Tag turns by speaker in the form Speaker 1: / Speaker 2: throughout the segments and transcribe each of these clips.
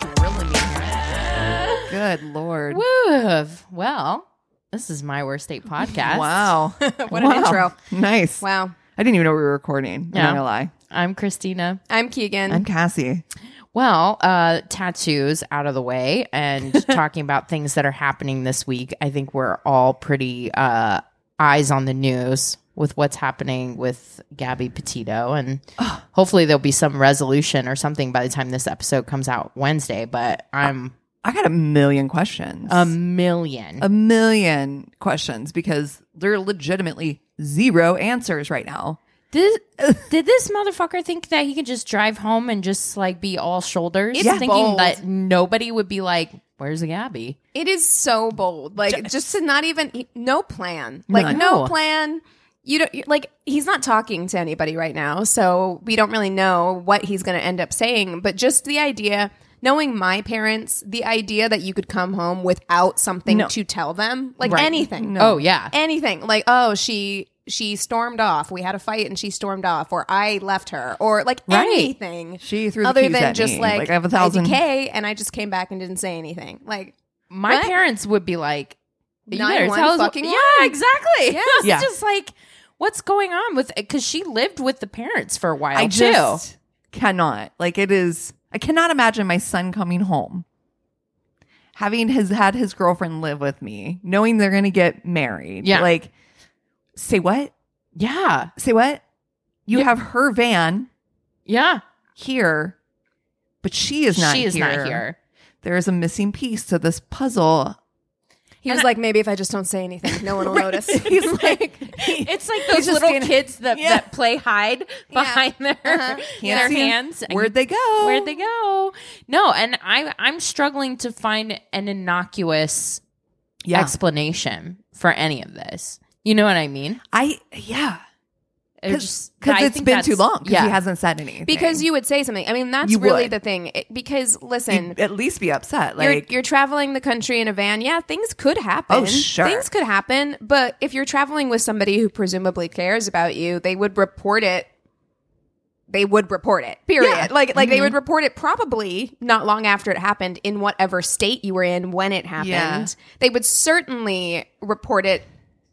Speaker 1: drilling me here. Good lord.
Speaker 2: Woo! Well, this is my worst state podcast.
Speaker 1: Wow.
Speaker 3: What an
Speaker 1: Wow.
Speaker 3: intro.
Speaker 1: Nice.
Speaker 3: Wow.
Speaker 1: I didn't even know we were recording. I'm
Speaker 2: Yeah.
Speaker 1: not gonna lie.
Speaker 2: I'm Christina.
Speaker 3: I'm Keegan.
Speaker 1: I'm Cassie.
Speaker 2: Well, uh, tattoos out of the way and talking about things that are happening this week. I think we're all pretty uh, eyes on the news with what's happening with Gabby Petito. And hopefully there'll be some resolution or something by the time this episode comes out Wednesday. But I'm
Speaker 1: I got a million questions.
Speaker 2: a
Speaker 3: Um,
Speaker 2: million.
Speaker 1: a million questions because there are legitimately zero answers right now.
Speaker 2: Did, did this motherfucker think that he could just drive home and just like be all shoulders?
Speaker 3: It's
Speaker 2: thinking
Speaker 3: bold.
Speaker 2: that nobody would be like, "Where's the Gabby?"
Speaker 3: It is so bold. Like just to not even no plan. Like
Speaker 2: None.
Speaker 3: no
Speaker 2: No.
Speaker 3: plan. You don't you- like he's not talking to anybody right now, so we don't really know what he's going to end up saying, but just the idea knowing my parents, the idea that you could come home without something to tell them, like anything.
Speaker 2: Oh yeah,
Speaker 3: Anything. Like oh, she she stormed off. We had a fight and she stormed off or I left her or like
Speaker 2: Right.
Speaker 3: anything.
Speaker 1: She threw the
Speaker 3: other
Speaker 1: keys
Speaker 3: than
Speaker 1: at
Speaker 3: just
Speaker 1: me.
Speaker 3: like,
Speaker 1: Like, I have a thousand-
Speaker 3: IDK, and I just came back and didn't say anything. Like
Speaker 2: my
Speaker 3: What?
Speaker 2: parents would be like, "You
Speaker 3: Nine
Speaker 2: better
Speaker 3: one
Speaker 2: tell us." what-
Speaker 3: fucking
Speaker 2: yeah,
Speaker 3: one.
Speaker 2: exactly.
Speaker 3: Yeah.
Speaker 2: It's
Speaker 1: Yeah.
Speaker 2: just like, what's going on with? Because she lived with the parents for a while
Speaker 1: I
Speaker 2: too.
Speaker 1: just cannot. Like it is I cannot imagine my son coming home. Having his had his girlfriend live with me, knowing they're gonna get married.
Speaker 2: Yeah.
Speaker 1: Like say what?
Speaker 2: yeah,
Speaker 1: Say what? You have her van
Speaker 2: yeah.
Speaker 1: here, but she is not
Speaker 2: she is
Speaker 1: here.
Speaker 2: not here.
Speaker 1: There is a missing piece to this puzzle.
Speaker 3: He was like, maybe if I just don't say anything, no one will notice.
Speaker 1: He's like,
Speaker 2: It's like
Speaker 1: He's
Speaker 2: those
Speaker 1: just
Speaker 2: little
Speaker 1: standing-
Speaker 2: kids that,
Speaker 1: Yeah.
Speaker 2: that play hide behind their,
Speaker 3: Uh-huh.
Speaker 2: their
Speaker 1: see him.
Speaker 2: hands. and
Speaker 1: where'd they go?
Speaker 2: Where'd they go? No, and I I'm struggling to find an innocuous
Speaker 1: Yeah,
Speaker 2: Oh. explanation for any of this. You know what I mean?
Speaker 1: I yeah,
Speaker 2: It
Speaker 1: because
Speaker 2: just- I
Speaker 1: it's
Speaker 2: think
Speaker 1: been too
Speaker 2: that's-
Speaker 1: long. 'cause
Speaker 2: Yeah,
Speaker 1: he hasn't said anything.
Speaker 3: because you would say something. I mean, that's
Speaker 1: You
Speaker 3: really
Speaker 1: would.
Speaker 3: the thing. It- because listen,
Speaker 1: You'd at least be upset.
Speaker 3: you're,
Speaker 1: Like
Speaker 3: you're traveling the country in a van. Yeah, things could happen.
Speaker 1: Oh, sure.
Speaker 3: Things could happen. But if you're traveling with somebody who presumably cares about you, they would report it. They would report it. Period.
Speaker 1: Yeah. Mm-hmm.
Speaker 3: Like like they would report it probably not long after it happened in whatever state you were in when it happened.
Speaker 1: Yeah.
Speaker 3: They would certainly report it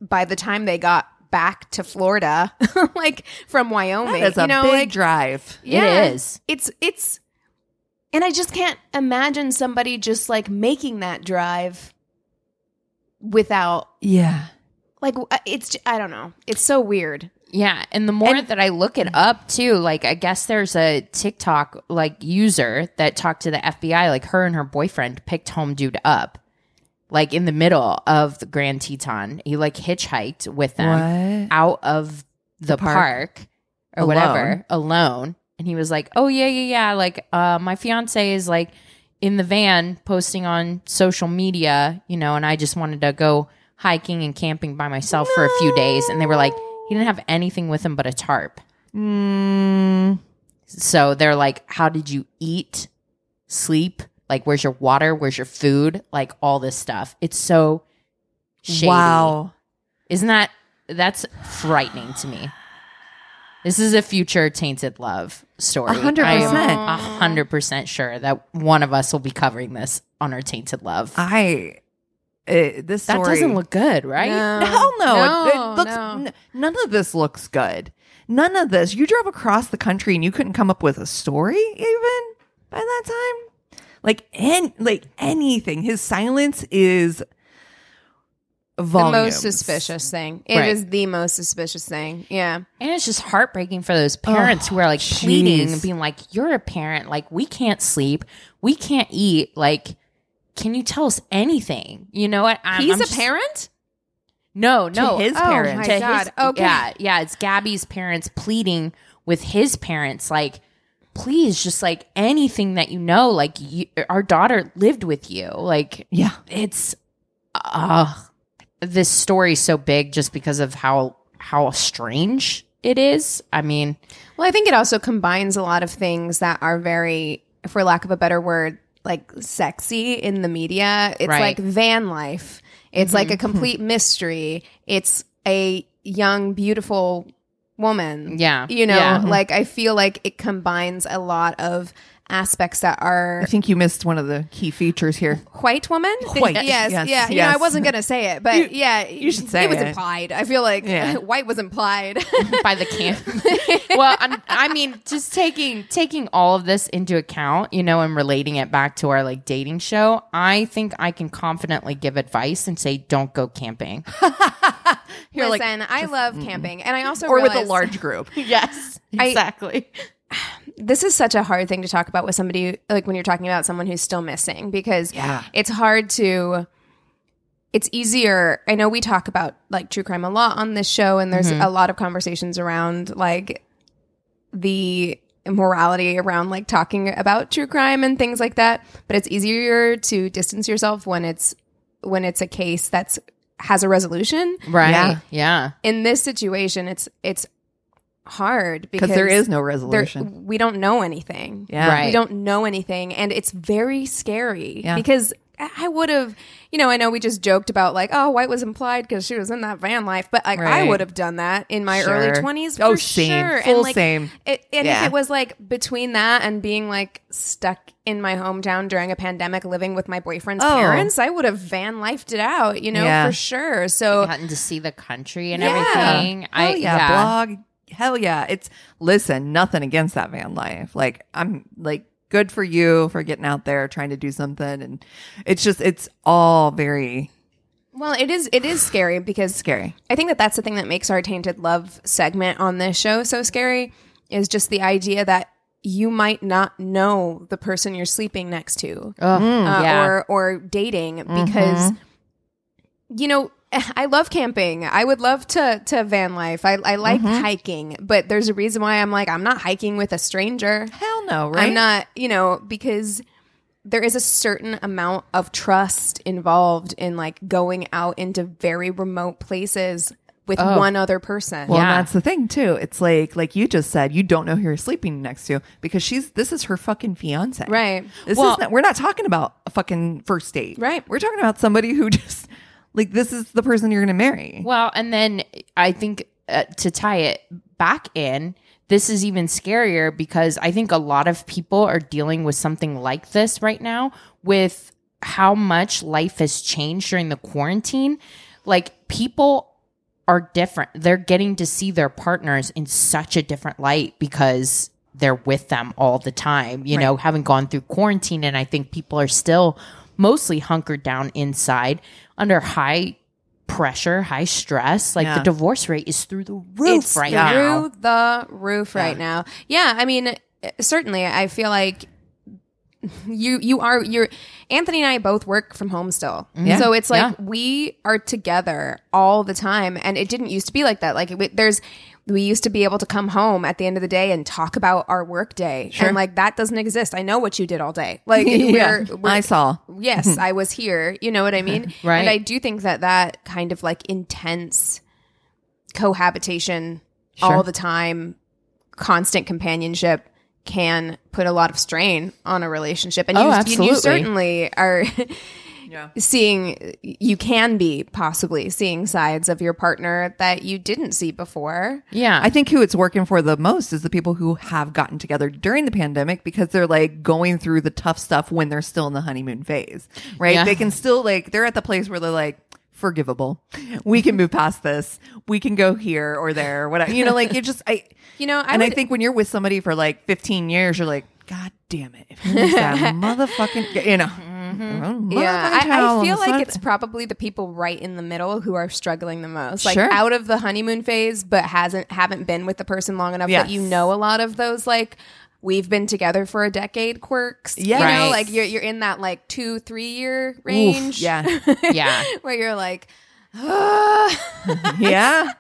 Speaker 3: by the time they got back to Florida, like from Wyoming.
Speaker 1: that's a
Speaker 3: you know,
Speaker 1: big
Speaker 3: like
Speaker 1: drive.
Speaker 2: is.
Speaker 3: It's it's and I just can't imagine somebody just like making that drive without
Speaker 1: Yeah,
Speaker 3: like w- uh, it's j- I don't know. It's so weird.
Speaker 2: Yeah, and the more that I look it up too, like I guess there's a TikTok like user that talked to the FBI, like her and her boyfriend picked home dude up, like in the middle of the Grand Teton. He like hitchhiked with
Speaker 1: What?
Speaker 2: them out of the,
Speaker 1: park?
Speaker 2: park. or whatever alone, and he was like, "Oh yeah, yeah, yeah, like uh, my fiance is like in the van posting on social media, you know, and I just wanted to go hiking and camping by myself for a few days. And they were like, he didn't have anything with him but a tarp.
Speaker 1: Mm,
Speaker 2: So they're like, how did you eat, sleep? Like, where's your water? Where's your food? Like, all this stuff. It's so shady.
Speaker 1: wow.
Speaker 2: Isn't that, that's frightening to me. This is a future tainted love story.
Speaker 1: A hundred
Speaker 2: I am
Speaker 1: percent.
Speaker 2: A hundred percent sure that one of us will be covering this on our tainted love.
Speaker 1: I it, this
Speaker 2: That
Speaker 1: story
Speaker 2: doesn't look good, right?
Speaker 1: Hell no. It-
Speaker 3: Uh, No,
Speaker 1: it looks
Speaker 3: no.
Speaker 1: n- none of this looks good. None of this. You drove across the country and you couldn't come up with a story even by that time. Like and like anything. His silence is volumes.
Speaker 3: The most suspicious thing. It is
Speaker 2: Right.
Speaker 3: the most suspicious thing. Yeah.
Speaker 2: And it's just heartbreaking for those parents who are like pleading
Speaker 1: jeez.
Speaker 2: and being like, You're a parent. Like, we can't sleep. We can't eat. Like, can you tell us anything? You know what? I'm,
Speaker 3: He's
Speaker 2: I'm
Speaker 3: a
Speaker 2: just-
Speaker 3: parent?
Speaker 2: No, no.
Speaker 1: his
Speaker 3: Oh,
Speaker 1: parents.
Speaker 3: my
Speaker 2: to his-
Speaker 3: God. Okay.
Speaker 2: Yeah. Yeah. It's Gabby's parents pleading with his parents, like, please just like anything that you know like you, our daughter lived with you like
Speaker 1: Yeah.
Speaker 2: it's uh this story's so big just because of how how strange it is i mean
Speaker 3: Well, I think it also combines a lot of things that are very, for lack of a better word, like sexy in the media. It's
Speaker 2: Right. Mm-hmm.
Speaker 3: like van life. It's like a complete mystery. It's a young, beautiful woman.
Speaker 2: Yeah.
Speaker 3: You know,
Speaker 2: Yeah.
Speaker 3: like I feel like it combines a lot of aspects that are
Speaker 1: I think you missed one of the key features here.
Speaker 3: white woman.
Speaker 1: White,
Speaker 3: Yes.
Speaker 1: yes,
Speaker 3: yeah. You know,
Speaker 1: yes.
Speaker 3: I wasn't going to say it, but yeah. You
Speaker 1: should say
Speaker 3: It was
Speaker 1: it.
Speaker 3: implied. I feel like
Speaker 1: Yeah.
Speaker 3: white was implied.
Speaker 2: by the can well I'm, i mean just taking taking all of this into account you know and relating it back to our like dating show i think i can confidently give advice and say don't go camping
Speaker 1: You're like,
Speaker 3: Listen, I love camping. And I also
Speaker 1: or with a
Speaker 3: realize-
Speaker 1: large group.
Speaker 2: yes
Speaker 3: I-
Speaker 2: exactly
Speaker 3: this is such a hard thing to talk about with somebody like when you're talking about someone who's still missing because
Speaker 1: Yeah.
Speaker 3: it's hard to it's easier i know we talk about like true crime a lot on this show and there's
Speaker 1: Mm-hmm.
Speaker 3: a lot of conversations around like the morality around like talking about true crime and things like that but it's easier to distance yourself when it's when it's a case that's has a resolution
Speaker 2: right
Speaker 1: Yeah.
Speaker 2: yeah,
Speaker 3: in this situation it's it's hard because
Speaker 1: Because there is no
Speaker 3: there,
Speaker 1: resolution.
Speaker 3: we don't know anything.
Speaker 1: Yeah.
Speaker 3: We
Speaker 2: Right.
Speaker 3: don't know anything. And it's very scary
Speaker 1: Yeah.
Speaker 3: because I I would have, you know, I know we just joked about like, oh, white was implied because she was in that van life, but like I
Speaker 2: Right.
Speaker 3: would have done that in my
Speaker 2: Sure.
Speaker 3: early 20s. For
Speaker 1: Oh, same.
Speaker 3: Sure.
Speaker 1: Full
Speaker 3: and like,
Speaker 1: same.
Speaker 3: It, and
Speaker 1: Yeah.
Speaker 3: if it was like between that and being like stuck in my hometown during a pandemic living with my boyfriend's
Speaker 1: Oh.
Speaker 3: parents, I would have van lifed it out, you know,
Speaker 1: Yeah.
Speaker 3: for sure. So
Speaker 2: gotten to see the country and
Speaker 3: Oh. Yeah.
Speaker 2: everything
Speaker 1: Hell Oh, yeah, blog. Hell yeah. It's listen, nothing against that van life. Like I'm like good for you for getting out there trying to do something and it's just it's all very
Speaker 3: well, it is it is scary because
Speaker 1: scary.
Speaker 3: I think that that's the thing that makes our tainted love segment on this show so scary is just the idea that you might not know the person you're sleeping next to
Speaker 2: Ugh,
Speaker 3: uh,
Speaker 2: Oh, yeah.
Speaker 3: or or dating because you know I love camping. I would love to to van life. I, I like hiking, but there's a reason why I'm like I'm not hiking with a stranger.
Speaker 1: Hell no, right?
Speaker 3: I'm not, you know, because there is a certain amount of trust involved in like going out into very remote places with one other person.
Speaker 1: Oh. well,
Speaker 2: Yeah.
Speaker 1: and that's the thing too. It's like, like you just said, you don't know who you're sleeping next to because she's. This is her fucking fiance,
Speaker 3: Right.
Speaker 1: This
Speaker 2: Well-
Speaker 1: is not, we're not talking about a fucking first date,
Speaker 3: Right.
Speaker 1: We're talking about somebody who just, like, this is the person you're going to marry.
Speaker 2: Well, and then I think uh, to tie it back in, this is even scarier because I think a lot of people are dealing with something like this right now with how much life has changed during the quarantine. Like people are different. They're getting to see their partners in such a different light because they're with them all the time, you know, having gone through quarantine. And I think people are still mostly hunkered down inside under high pressure, high stress. Like
Speaker 1: Yeah.
Speaker 2: the divorce rate is through the roof
Speaker 3: It's
Speaker 2: right
Speaker 3: through
Speaker 2: now.
Speaker 3: the roof right now. Yeah, I mean, certainly, I feel like you you are you're Anthony and I both work from home still,
Speaker 1: Mm-hmm.
Speaker 3: so it's like we are together all the time, and it didn't used to be like that. Like it, there's. We used to be able to come home at the end of the day and talk about our work day. And like that doesn't exist. I know what you did all day. Like
Speaker 1: yeah,
Speaker 3: we're, we're
Speaker 1: I saw.
Speaker 3: yes, I was here. You know what I mean?
Speaker 2: Mm-hmm. Right.
Speaker 3: And I do think that that kind of like intense cohabitation all the time, constant companionship can put a lot of strain on a relationship. And you,
Speaker 2: Oh,
Speaker 3: you, you
Speaker 2: absolutely.
Speaker 3: certainly are seeing, you can be possibly seeing sides of your partner that you didn't see before.
Speaker 2: Yeah.
Speaker 1: I think who it's working for the most is the people who have gotten together during the pandemic because they're like going through the tough stuff when they're still in the honeymoon phase, right?
Speaker 2: Yeah.
Speaker 1: They can still like, they're at the place where they're like, forgivable. We can move past this. We can go here or there, or whatever. You know, like it just, I,
Speaker 3: You know, I
Speaker 1: and I
Speaker 3: would-
Speaker 1: think when you're with somebody for like 15 years, you're like, God damn it. If it was that motherfucking, you know,
Speaker 3: Mm-hmm. Yeah,
Speaker 1: motherfucking towel
Speaker 3: I,
Speaker 1: on
Speaker 3: I feel
Speaker 1: the
Speaker 3: like
Speaker 1: side-
Speaker 3: it's probably the people right in the middle who are struggling the most, like
Speaker 1: Sure.
Speaker 3: out of the honeymoon phase, but hasn't haven't been with the person long enough
Speaker 1: Yes.
Speaker 3: that you know a lot of those like we've been together for a decade quirks.
Speaker 1: Yes.
Speaker 3: you know,
Speaker 2: Right.
Speaker 3: like you're you're in that like two three year
Speaker 1: Oof,
Speaker 3: range.
Speaker 1: yeah.
Speaker 2: yeah.
Speaker 3: where you're like, "Ugh."
Speaker 1: Yeah.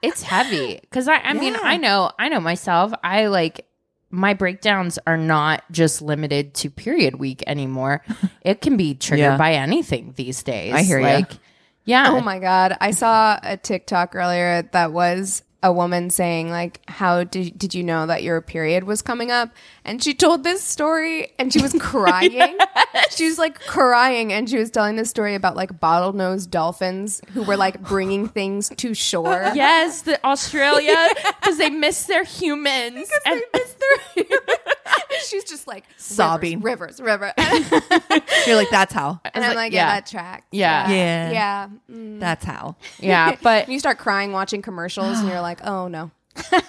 Speaker 2: it's heavy because I, I mean,
Speaker 1: Yeah.
Speaker 2: I know, I know myself. I like my breakdowns are not just limited to period week anymore. it can be triggered
Speaker 1: Yeah.
Speaker 2: by anything these days.
Speaker 1: I hear ya.
Speaker 2: like, Yeah.
Speaker 3: Oh my god! I saw a TikTok earlier that was a woman saying like, "How did did you know that your period was coming up?" And she told this story, and she was crying. She was like crying, and she was telling this story about like bottlenose dolphins who were like bringing things to shore.
Speaker 2: Yes, the Australia because they miss their humans. And-
Speaker 3: She's just like rivers,
Speaker 1: Sobbing.
Speaker 3: rivers, river, and,
Speaker 1: You're like, that's how.
Speaker 3: I'm like, yeah,
Speaker 2: yeah.
Speaker 3: that track,
Speaker 2: Yeah.
Speaker 1: Yeah.
Speaker 3: yeah, yeah.
Speaker 1: That's how.
Speaker 2: yeah, but
Speaker 3: And you start crying watching commercials, and you're like, oh no,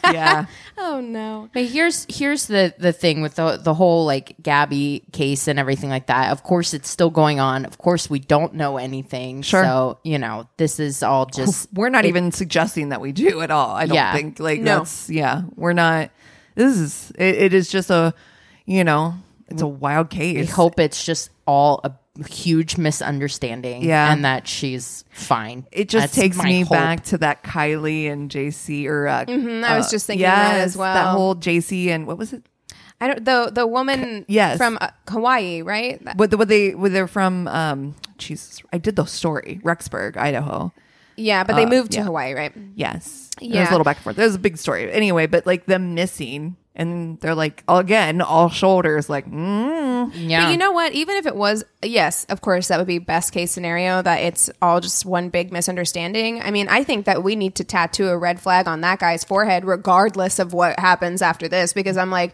Speaker 1: Yeah.
Speaker 3: oh no.
Speaker 2: But here's here's the the thing with the the whole like Gabby case and everything like that. Of course, it's still going on. Of course, we don't know anything.
Speaker 1: Sure.
Speaker 2: So you know, this is all just
Speaker 1: We're not even suggesting that we do at all. I don't
Speaker 2: Yeah.
Speaker 1: think like
Speaker 3: No.
Speaker 1: that's yeah. We're not. This is it, it is just a you know it's a wild
Speaker 2: I
Speaker 1: case.
Speaker 2: hope it's just all a huge misunderstanding.
Speaker 1: Yeah.
Speaker 2: and that she's fine.
Speaker 1: it just
Speaker 2: That's
Speaker 1: takes
Speaker 2: my
Speaker 1: me
Speaker 2: hope.
Speaker 1: back to that Kylie and JC or uh,
Speaker 3: Mm-hmm, I was
Speaker 1: uh,
Speaker 3: just thinking that as
Speaker 1: yes,
Speaker 3: well.
Speaker 1: That whole JC and what was it?
Speaker 3: I don't the the woman
Speaker 1: Yes.
Speaker 3: from uh, Hawaii, right? That-
Speaker 1: What, the- what they what they're from? Um, Jesus, I did the story Rexburg, Idaho.
Speaker 3: yeah, but they moved to
Speaker 1: Uh, yeah.
Speaker 3: Hawaii, right?
Speaker 1: Yes. Yeah. There's
Speaker 3: Yeah.
Speaker 1: a little back and forth. There's a big story. Anyway, but like them missing and they're like, again, all shoulders, like, mm.
Speaker 2: Yeah,
Speaker 3: But you know what? Even if it was, yes, of course, that would be best case scenario that it's all just one big misunderstanding. I mean, I think that we need to tattoo a red flag on that guy's forehead, regardless of what happens after this, because I'm like,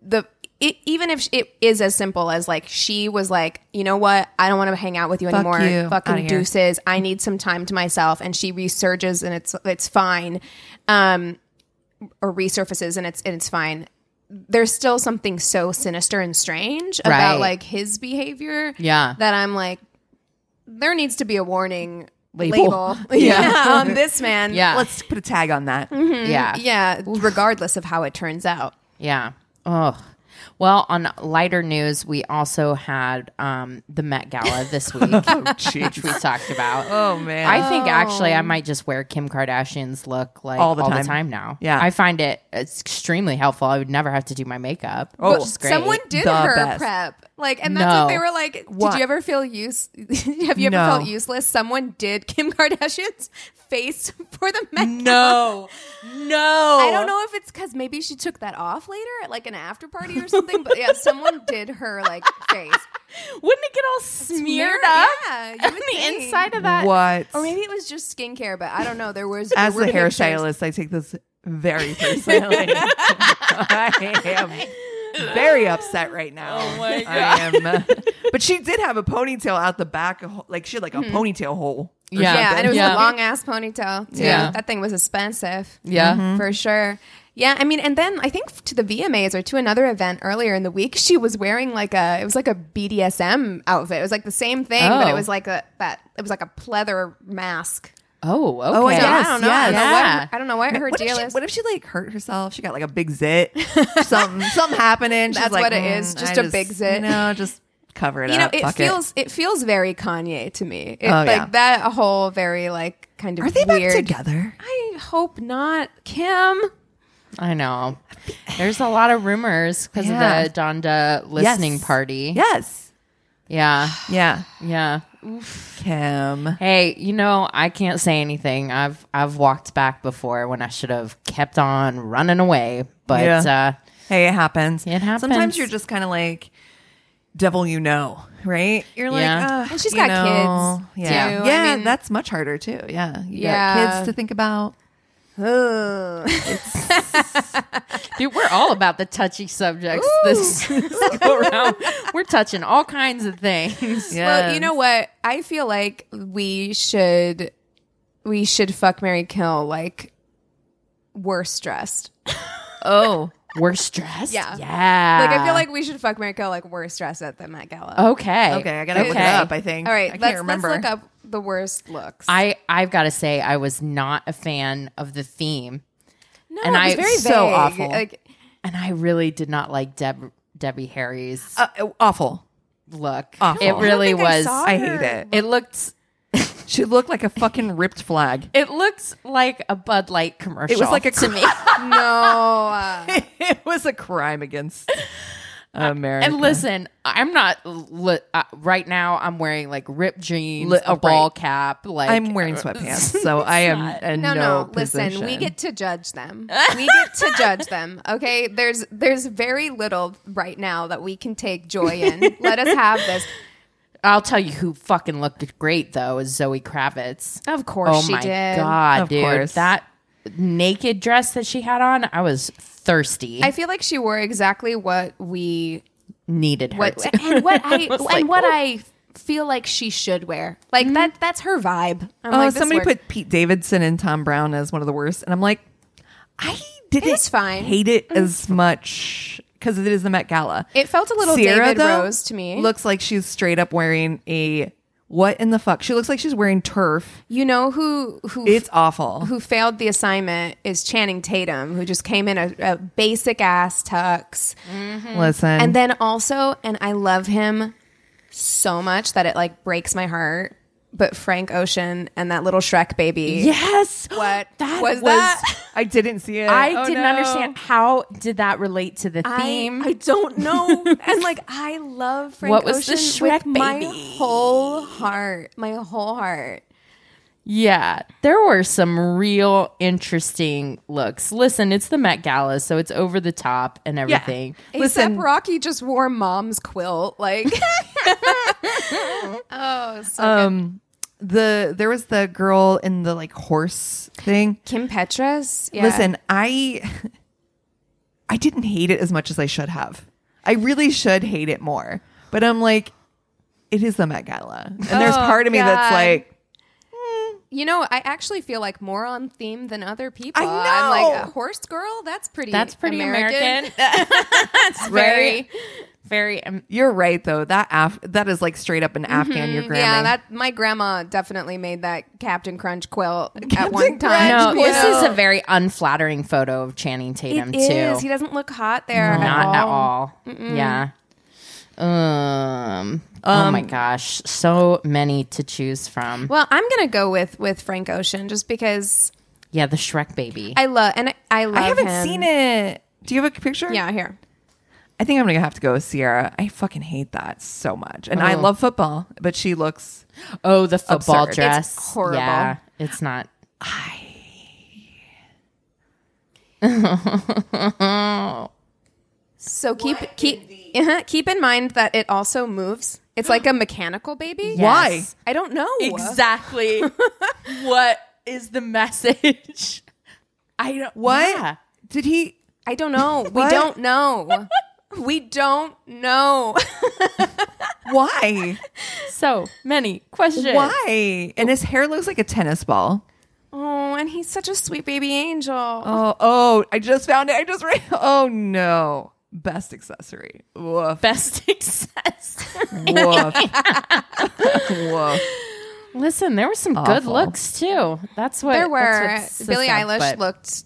Speaker 3: the it, even if it is as simple as like she was like, you know what, I don't want to hang out with you anymore.
Speaker 1: you. Outta
Speaker 3: Fucking
Speaker 1: here."
Speaker 3: deuces. I need some time to myself, and she resurges, and it's it's fine, um, or resurfaces, and it's and it's fine. There's still something so sinister and strange
Speaker 2: Right.
Speaker 3: about like his behavior.
Speaker 2: Yeah.
Speaker 3: that I'm like, there needs to be a warning label,
Speaker 1: Label.
Speaker 3: yeah. on this man.
Speaker 2: yeah,
Speaker 1: let's put a tag on that.
Speaker 2: yeah,
Speaker 3: yeah, regardless of how it turns out.
Speaker 2: Yeah. Oh. Well, on lighter news, we also had um, the Met Gala this week, which we talked about.
Speaker 1: Oh, man.
Speaker 2: I think actually I might just wear Kim Kardashian's look like all
Speaker 1: All
Speaker 2: the,
Speaker 1: the
Speaker 2: time.
Speaker 1: time.
Speaker 2: now.
Speaker 1: Yeah.
Speaker 2: I find it it's extremely helpful. I would never have to do my makeup.
Speaker 1: Oh.
Speaker 2: which is great.
Speaker 3: Someone did
Speaker 1: The
Speaker 3: her
Speaker 1: best.
Speaker 3: prep. Like, and that's what
Speaker 2: No.
Speaker 3: they were like. Did
Speaker 1: What?
Speaker 3: you ever feel use? have you ever
Speaker 1: No.
Speaker 3: felt useless? Someone did Kim Kardashian's face for the Met. Gala.
Speaker 2: No, no.
Speaker 3: I don't know if it's because maybe she took that off later, at like an after party or something. But yeah, someone did her like face
Speaker 2: Wouldn't it get all smeared
Speaker 3: Smear-
Speaker 2: up
Speaker 3: Yeah, you
Speaker 2: on
Speaker 3: would
Speaker 2: the
Speaker 3: think.
Speaker 2: inside of that?
Speaker 1: what?
Speaker 3: Or maybe it was just skincare, but I don't know. There was
Speaker 1: As
Speaker 3: there
Speaker 1: a
Speaker 3: were pictures.
Speaker 1: hairstylist, I take this very personally. I am very upset right now. Oh, my God. I am, but she did have a ponytail out the back, a ho- like, she had like a
Speaker 3: Hmm.
Speaker 1: ponytail hole. or
Speaker 2: Yeah.
Speaker 3: Yeah, and it was
Speaker 2: Yeah.
Speaker 3: a long ass ponytail. Too.
Speaker 2: Yeah.
Speaker 3: that thing was expensive.
Speaker 2: Yeah. Mhm.
Speaker 3: for sure. Yeah, I mean, and then I think to the VMAs or to another event earlier in the week, she was wearing like a it was like a BDSM outfit. It was like the same thing, but
Speaker 2: Oh.
Speaker 3: it was like a that it was like a pleather mask.
Speaker 2: Oh, okay.
Speaker 1: I
Speaker 3: So
Speaker 1: Yes,
Speaker 3: I don't know. I don't know
Speaker 2: yes.
Speaker 3: what, I don't know what her
Speaker 1: what
Speaker 3: deal
Speaker 1: if she,
Speaker 3: is.
Speaker 1: What if she like hurt herself? She got like a big zit, something, something happening. She's
Speaker 3: That's
Speaker 1: like,
Speaker 3: what it is,
Speaker 1: "Mm,
Speaker 3: just
Speaker 1: I
Speaker 3: a big zit."
Speaker 1: You know, just cover it
Speaker 3: you know,
Speaker 1: up.
Speaker 3: it
Speaker 1: fuck
Speaker 3: feels it. feels very Kanye to me. It,
Speaker 1: Oh,
Speaker 3: like
Speaker 1: yeah.
Speaker 3: that whole very like kind of
Speaker 1: Are they
Speaker 3: weird.
Speaker 1: back together?
Speaker 3: I hope not, Kim.
Speaker 2: I know. There's a lot of rumors because
Speaker 1: Yeah.
Speaker 2: of the Donda listening
Speaker 1: Yes.
Speaker 2: party.
Speaker 1: Yes.
Speaker 2: Yeah.
Speaker 1: Yeah.
Speaker 2: Yeah.
Speaker 1: Kim.
Speaker 2: Hey, you know, I can't say anything. I've I've walked back before when I should have kept on running away, but
Speaker 1: Yeah.
Speaker 2: uh
Speaker 1: Hey, it happens.
Speaker 2: It happens.
Speaker 1: Sometimes you're just kind of like devil, you know, right? You're like,
Speaker 2: Yeah.
Speaker 1: "Ugh,
Speaker 3: And she's
Speaker 1: you
Speaker 3: got
Speaker 1: know."
Speaker 3: kids,
Speaker 1: Yeah,
Speaker 3: too. I
Speaker 1: yeah,
Speaker 3: mean-
Speaker 1: that's much harder too. Yeah, you
Speaker 3: Yeah.
Speaker 1: got kids to think about.
Speaker 3: Ugh.
Speaker 2: dude, we're all about the touchy subjects this, this go around. We're touching all kinds of things.
Speaker 3: Well, you know what? I feel like we should we should fuck Mary Kill like worse dressed.
Speaker 1: Oh,
Speaker 2: We're stressed.
Speaker 3: Yeah.
Speaker 2: Yeah.
Speaker 3: Like I feel like we should fuck Mary Kill like worse dressed at the Met Gala.
Speaker 2: Okay.
Speaker 1: okay. I gotta look it
Speaker 2: Okay.
Speaker 1: Oh, up. I think.
Speaker 3: All right,
Speaker 1: I can't
Speaker 3: let's,
Speaker 1: remember.
Speaker 3: let's look up the worst looks.
Speaker 2: I I've got to say I was not a fan of the theme,
Speaker 3: no,
Speaker 2: and
Speaker 3: it was
Speaker 2: I-
Speaker 3: very
Speaker 1: so
Speaker 3: vague.
Speaker 1: awful.
Speaker 3: Like
Speaker 2: and I really did not like Deb Debbie Harry's
Speaker 1: Uh, awful.
Speaker 2: look.
Speaker 1: Awful.
Speaker 2: It really
Speaker 3: I don't think I
Speaker 2: was.
Speaker 3: saw
Speaker 1: I
Speaker 3: her.
Speaker 1: hate it.
Speaker 2: It looked
Speaker 1: She looked like a fucking ripped flag.
Speaker 2: It looks like a Bud Light commercial.
Speaker 1: It was like a
Speaker 2: to me.
Speaker 3: no. uh,
Speaker 1: it was a crime against America.
Speaker 2: And listen, I'm not li- uh, right now. I'm wearing like ripped jeans,
Speaker 1: Li-
Speaker 2: a
Speaker 1: oh,
Speaker 2: ball
Speaker 1: right.
Speaker 2: cap. Like
Speaker 1: I'm wearing sweatpants, so I am in
Speaker 3: no,
Speaker 1: no,
Speaker 3: no. Listen,
Speaker 1: position.
Speaker 3: we get to judge them. We get to judge them. Okay, there's there's very little right now that we can take joy in. Let us have this.
Speaker 2: I'll tell you who fucking looked great though is Zoe Kravitz.
Speaker 3: Of course,
Speaker 2: Oh
Speaker 3: she
Speaker 2: my
Speaker 3: did.
Speaker 2: god,
Speaker 1: Of
Speaker 2: dude!
Speaker 1: course.
Speaker 2: That naked dress that she had on, I was thirsty.
Speaker 3: I
Speaker 2: I
Speaker 3: feel like she wore exactly what we
Speaker 2: needed her.
Speaker 3: what
Speaker 2: to-
Speaker 3: and what I and
Speaker 2: like,
Speaker 3: what
Speaker 1: oh.
Speaker 3: I feel like she should wear. Like that that's her vibe. I'm
Speaker 1: Mm-hmm. Oh,
Speaker 3: like, this
Speaker 1: somebody
Speaker 3: works.
Speaker 1: put Pete Davidson and Tom Brown as one of the worst, and I'm like, I didn't
Speaker 3: was fine. Mm.
Speaker 1: hate it as much because it is the Met Gala.
Speaker 3: It felt a little
Speaker 1: Sierra,
Speaker 3: David
Speaker 1: though,
Speaker 3: Rose to me.
Speaker 1: Looks like she's straight up wearing a what in the fuck? She looks like she's wearing turf.
Speaker 3: you know who who
Speaker 1: It's awful.
Speaker 3: who failed the assignment is Channing Tatum, who just came in a, a basic ass tux.
Speaker 1: Listen,
Speaker 3: Mm-hmm. And then also, and I love him so much that it like breaks my heart. But Frank Ocean and that little Shrek baby.
Speaker 2: yes,
Speaker 3: What
Speaker 2: that
Speaker 3: was
Speaker 2: was.
Speaker 3: that?
Speaker 1: I didn't see it.
Speaker 2: I
Speaker 1: Oh,
Speaker 2: didn't
Speaker 1: no.
Speaker 2: understand how did that relate to the
Speaker 3: I-
Speaker 2: theme.
Speaker 3: I, don't know. and like I love Frank
Speaker 2: What was the
Speaker 3: Ocean
Speaker 2: Shrek
Speaker 3: with my
Speaker 2: baby?
Speaker 3: whole heart. My whole heart.
Speaker 2: Yeah, there were some real interesting looks. Listen, it's the Met Gala, so it's over the top and everything.
Speaker 3: Listen,
Speaker 1: Listen-
Speaker 3: ASAP Rocky just wore mom's quilt. Like Oh, so good.
Speaker 1: the there was the girl in the like horse thing.
Speaker 3: Kim Petras. Yeah.
Speaker 1: Listen, I I didn't hate it as much as I should have. I really should hate it more. But I'm like, it is the Met Gala. And there's
Speaker 3: Oh,
Speaker 1: part of me that's
Speaker 3: God.
Speaker 1: like,
Speaker 3: You know, I actually feel like more on theme than other people.
Speaker 1: I
Speaker 3: I'm like
Speaker 1: know.
Speaker 3: a horse girl. That's pretty.
Speaker 2: That's pretty American. That's very, very. Um,
Speaker 1: you're right though. That af- that is like straight up an Afghan you're grabbing.
Speaker 3: Mm-hmm. Yeah, that my grandma definitely made that Captain Crunch quilt at
Speaker 1: Captain
Speaker 3: one time.
Speaker 1: Crunch
Speaker 2: no,
Speaker 1: Well-
Speaker 2: this is a very unflattering photo of Channing Tatum
Speaker 3: It is.
Speaker 2: too.
Speaker 3: He doesn't look hot there.
Speaker 2: Not
Speaker 3: at
Speaker 2: at
Speaker 3: all.
Speaker 2: all. Yeah. Um, Oh my gosh, so many to choose from.
Speaker 3: Well, I'm gonna go with with Frank Ocean just because
Speaker 2: yeah, the Shrek baby.
Speaker 3: I love and I, I love.
Speaker 1: I haven't
Speaker 3: him.
Speaker 1: seen it. Do you have a picture?
Speaker 3: Yeah, here.
Speaker 1: I think I'm gonna have to go with Sierra. I fucking hate that so much. And I
Speaker 3: Oh.
Speaker 1: love football, but she looks
Speaker 2: oh, the football
Speaker 1: Absurd. It's
Speaker 2: dress.
Speaker 3: horrible.
Speaker 2: Yeah, it's not.
Speaker 3: So keep keep uh keep in mind that it also moves. It's like a mechanical baby.
Speaker 1: Why?
Speaker 3: I don't know.
Speaker 2: exactly what is the message? I don't.
Speaker 1: what?
Speaker 2: Yeah.
Speaker 1: Did he
Speaker 3: I don't know. we
Speaker 1: What?
Speaker 3: don't know. we don't know.
Speaker 1: why?
Speaker 2: So many questions.
Speaker 1: why? And his hair looks like a tennis ball.
Speaker 3: Oh, and he's such a sweet baby angel.
Speaker 1: Oh, oh, I just found it. I just read. Oh no. Best accessory. Woof.
Speaker 2: Best success.
Speaker 1: Woof. Woof.
Speaker 2: Listen, there were some good
Speaker 1: Awful.
Speaker 2: looks too. That's what
Speaker 3: there were
Speaker 2: that's what
Speaker 3: Billie
Speaker 2: says,
Speaker 3: Eilish
Speaker 2: but-
Speaker 3: looked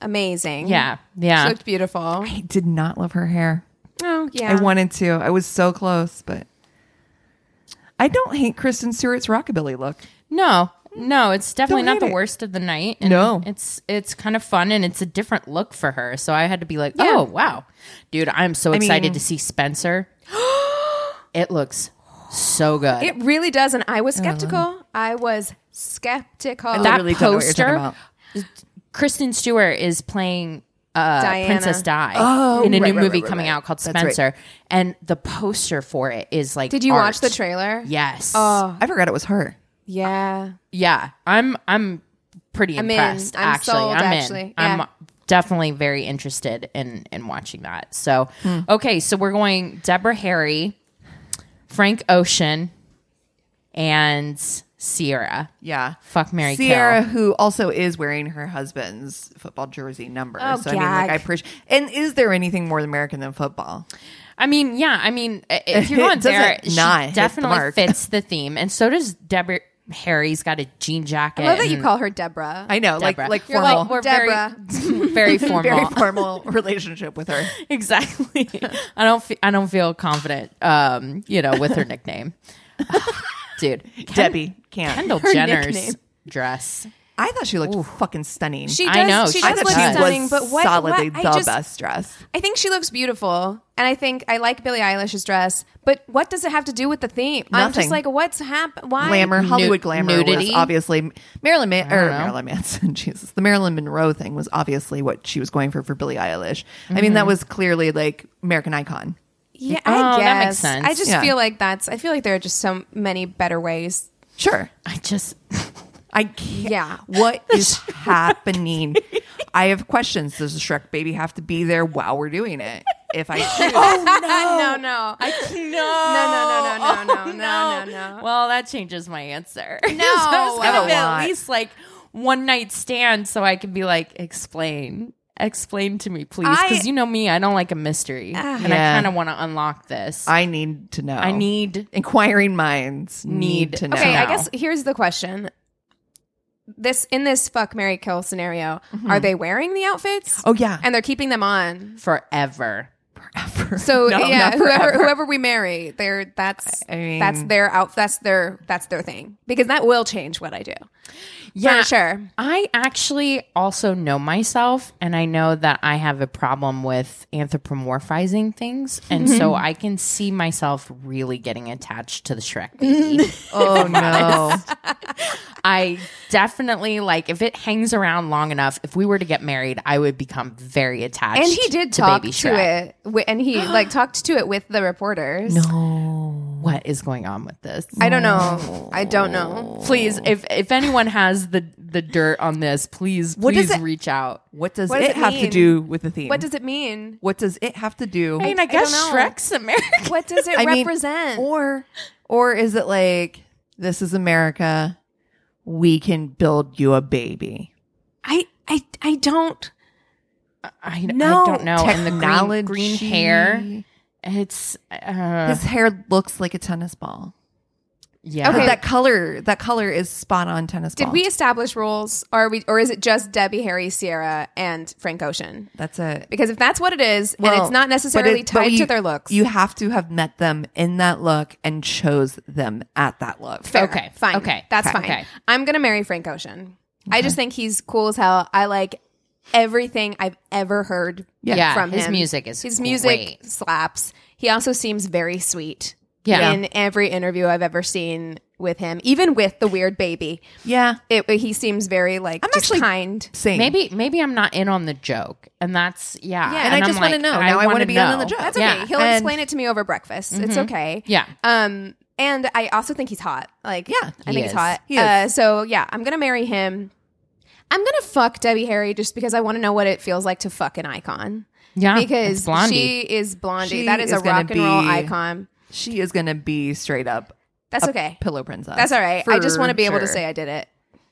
Speaker 3: amazing.
Speaker 2: Yeah,
Speaker 3: She
Speaker 2: yeah.
Speaker 3: looked beautiful.
Speaker 1: I did not love her hair.
Speaker 3: Oh yeah.
Speaker 1: I wanted to. I was so close, but I don't hate Kristen Stewart's rockabilly look.
Speaker 2: no, no, it's definitely
Speaker 1: Don't
Speaker 2: not the
Speaker 1: hate it.
Speaker 2: worst of the night. and
Speaker 1: No.
Speaker 2: it's it's kind of fun and it's a different look for her. So I had to be like,
Speaker 3: Yeah.
Speaker 2: oh wow, dude, I'm so excited
Speaker 1: mean-
Speaker 2: to see Spencer. it looks so good.
Speaker 3: it really does, and I was skeptical. I was skeptical.
Speaker 2: that
Speaker 1: really don't know what you're talking
Speaker 2: poster,
Speaker 1: about.
Speaker 2: Kristen Stewart is playing uh,
Speaker 3: Diana.
Speaker 2: Princess Di in a
Speaker 1: Oh, right,
Speaker 2: new
Speaker 1: right,
Speaker 2: movie
Speaker 1: right, right,
Speaker 2: coming
Speaker 1: right.
Speaker 2: out called
Speaker 1: That's right.
Speaker 2: Spencer, and the poster for it is like.
Speaker 3: Did you
Speaker 2: art.
Speaker 3: watch the trailer?
Speaker 2: Yes.
Speaker 1: I forgot it was her.
Speaker 3: Yeah.
Speaker 2: yeah, I'm. I'm pretty
Speaker 3: I'm in.
Speaker 2: impressed.
Speaker 3: I'm
Speaker 2: actually,
Speaker 3: sold,
Speaker 2: I'm in.
Speaker 3: actually. Yeah.
Speaker 2: I'm definitely very interested in in watching that. So,
Speaker 3: Hmm.
Speaker 2: okay, so we're going Deborah Harry, Frank Ocean, and Sierra.
Speaker 1: Yeah.
Speaker 2: Fuck Mary
Speaker 1: Sierra,
Speaker 2: Kill.
Speaker 1: who also is wearing her husband's football jersey number.
Speaker 3: Oh,
Speaker 1: so I mean, like,
Speaker 3: gag.
Speaker 1: I appreciate. And is there anything more American than football?
Speaker 2: I mean, yeah. I mean, i- if you're
Speaker 1: It
Speaker 2: going there,
Speaker 1: doesn't
Speaker 2: she
Speaker 1: not hit the
Speaker 2: definitely
Speaker 1: mark.
Speaker 2: fits the theme, and so does Deborah. Harry's got a jean jacket.
Speaker 3: I love that you
Speaker 2: and
Speaker 3: call her Deborah.
Speaker 1: I know,
Speaker 2: Deborah.
Speaker 1: like like
Speaker 3: You're
Speaker 1: formal,
Speaker 3: like,
Speaker 2: We're
Speaker 3: Deborah.
Speaker 2: very, very formal.
Speaker 1: very formal relationship with her.
Speaker 2: exactly. I don't. Fe- I don't feel confident. Um, you know, with her nickname. dude. Ken-
Speaker 1: Debbie can't.
Speaker 2: Kendall
Speaker 3: Her
Speaker 2: Jenner's
Speaker 3: nickname.
Speaker 2: dress.
Speaker 1: I thought she looked fucking stunning.
Speaker 3: She does.
Speaker 2: I know, she
Speaker 3: She
Speaker 1: I
Speaker 3: does
Speaker 1: thought
Speaker 3: look
Speaker 2: looks
Speaker 1: she
Speaker 3: stunning.
Speaker 1: was
Speaker 3: But what?
Speaker 1: solidly
Speaker 3: what- I
Speaker 1: the
Speaker 3: just-
Speaker 1: best dress.
Speaker 3: I think she looks beautiful, and I think I like Billie Eilish's dress. But what does it have to do with the theme? I'm
Speaker 1: Nothing.
Speaker 3: just like, what's happened? Why?
Speaker 1: Glamour, Hollywood glamour
Speaker 2: nudity?
Speaker 1: was obviously Marilyn Ma- or
Speaker 2: know.
Speaker 1: Marilyn Manson. Jesus, the Marilyn Monroe thing was obviously what she was going for for Billie Eilish. I
Speaker 3: Mm-hmm.
Speaker 1: mean, that was clearly like American icon.
Speaker 3: Yeah, I
Speaker 2: Oh,
Speaker 3: guess.
Speaker 2: that makes sense.
Speaker 3: I just
Speaker 1: Yeah.
Speaker 3: feel like that's. I feel like there are just so many better ways.
Speaker 1: Sure,
Speaker 2: I just
Speaker 1: I can't.
Speaker 3: Yeah.
Speaker 1: What is happening? I have questions. Does the Shrek baby have to be there while we're doing it? If I oh
Speaker 3: no, no, I,
Speaker 2: no,
Speaker 3: no, no, no, no, no, no, no, no.
Speaker 2: Well, that changes my answer. No, I was
Speaker 1: Oh,
Speaker 2: gonna be
Speaker 1: why?
Speaker 2: at least like one night stand, so I can be like, explain, explain to me, please,
Speaker 1: I-
Speaker 2: because you know me, I don't like a mystery, and
Speaker 1: Yeah.
Speaker 2: I kind of want to unlock this. I,
Speaker 1: I need to know.
Speaker 2: need
Speaker 1: inquiring minds need,
Speaker 2: Need.
Speaker 1: to know.
Speaker 3: okay. I
Speaker 2: No.
Speaker 3: guess here's the question. This in this fuck Mary kill scenario, are they wearing the outfits?
Speaker 1: Mm-hmm. Oh yeah.
Speaker 3: and they're keeping them on.
Speaker 2: forever.
Speaker 1: Forever.
Speaker 3: So
Speaker 1: No,
Speaker 3: yeah,
Speaker 1: not
Speaker 3: whoever
Speaker 1: forever.
Speaker 3: whoever we marry, they're that's
Speaker 1: I- I mean-
Speaker 3: that's their out that's their that's their thing because that will change what I do.
Speaker 2: Yeah,
Speaker 3: For sure.
Speaker 2: I actually also know myself, and I know that I have a problem with anthropomorphizing things, and so I can see myself really getting attached to the Shrek baby.
Speaker 1: Oh no.
Speaker 2: I definitely like if it hangs around long enough. If we were to get married, I would become very attached.
Speaker 3: And he did
Speaker 2: to
Speaker 3: talk
Speaker 2: baby
Speaker 3: to
Speaker 2: Shrek.
Speaker 3: it, wi- and he like talked to it with the reporters.
Speaker 2: What is going on with this? Oh.
Speaker 3: I don't know. I don't know.
Speaker 2: please, if if anyone has the the dirt on this, please
Speaker 1: What does
Speaker 2: please
Speaker 1: it-
Speaker 2: reach out.
Speaker 1: What does
Speaker 3: What
Speaker 1: it,
Speaker 3: does it
Speaker 1: have to
Speaker 3: mean?
Speaker 1: do with the theme?
Speaker 3: What does it mean?
Speaker 1: what does it have to do?
Speaker 2: I mean, I guess
Speaker 3: know.
Speaker 2: Shrek's American.
Speaker 3: What does it
Speaker 1: I mean,
Speaker 3: represent?
Speaker 1: or or is it like this is America? We can build you a baby.
Speaker 3: I I I don't.
Speaker 2: I,
Speaker 1: No.
Speaker 2: I don't know. And the green, green
Speaker 1: Technology.
Speaker 2: hair. It's uh,
Speaker 1: His hair looks like a tennis ball.
Speaker 2: yeah.
Speaker 3: Okay.
Speaker 1: But that color, that color is spot on tennis
Speaker 3: Did
Speaker 1: ball.
Speaker 3: we establish rules, or are we, or is it just Debbie, Harry, Sierra, and Frank Ocean?
Speaker 1: That's it.
Speaker 3: Because if that's what it is, and
Speaker 1: Well,
Speaker 3: it's
Speaker 1: but
Speaker 3: not
Speaker 1: it-
Speaker 3: necessarily
Speaker 1: but
Speaker 3: tied to
Speaker 1: you-
Speaker 3: their looks,
Speaker 1: You have to have met them in that look and chose them at that look.
Speaker 3: Fair.
Speaker 2: Okay.
Speaker 3: Fine.
Speaker 2: Okay.
Speaker 3: That's
Speaker 2: Okay.
Speaker 3: fine.
Speaker 2: Okay.
Speaker 3: I'm going to marry Frank Ocean. I just think he's cool as hell. I like everything I've ever heard
Speaker 2: Yeah,
Speaker 3: from
Speaker 2: his
Speaker 3: him.
Speaker 2: music is
Speaker 3: His music
Speaker 2: great.
Speaker 3: slaps. He also seems very sweet
Speaker 2: Yeah.
Speaker 3: in every interview I've ever seen with him, even with the weird baby.
Speaker 1: Yeah.
Speaker 3: It, he seems very like
Speaker 1: I'm
Speaker 3: just
Speaker 1: actually-
Speaker 3: kind.
Speaker 1: Same.
Speaker 2: Maybe maybe I'm not in on the joke, and that's yeah.
Speaker 3: Yeah,
Speaker 1: And, I
Speaker 2: I'm
Speaker 1: just want to
Speaker 2: like,
Speaker 1: know. Now I
Speaker 2: wanna
Speaker 1: want to be on
Speaker 2: know.
Speaker 1: the job.
Speaker 3: That's okay.
Speaker 2: Yeah. Mm-hmm.
Speaker 3: He'll
Speaker 1: And-
Speaker 3: explain it to me over breakfast. It's okay.
Speaker 2: Yeah.
Speaker 3: Um, and I also think he's hot. Like, yeah, I
Speaker 2: he
Speaker 3: think he's
Speaker 2: is.
Speaker 3: hot.
Speaker 1: He is.
Speaker 3: Uh, so yeah, I'm gonna marry him. I'm gonna fuck Debbie Harry just because I want to know what it feels like to fuck an icon.
Speaker 2: Yeah,
Speaker 3: because
Speaker 2: it's Blondie.
Speaker 3: she is Blondie.
Speaker 1: She
Speaker 3: that is,
Speaker 1: is
Speaker 3: a
Speaker 1: gonna
Speaker 3: rock and roll
Speaker 1: be-
Speaker 3: icon.
Speaker 1: She is going to be straight up.
Speaker 3: That's
Speaker 1: a
Speaker 3: okay.
Speaker 1: Pillow princess.
Speaker 3: That's all right. I just
Speaker 1: For
Speaker 3: want to be able to
Speaker 1: sure.
Speaker 3: say I did it.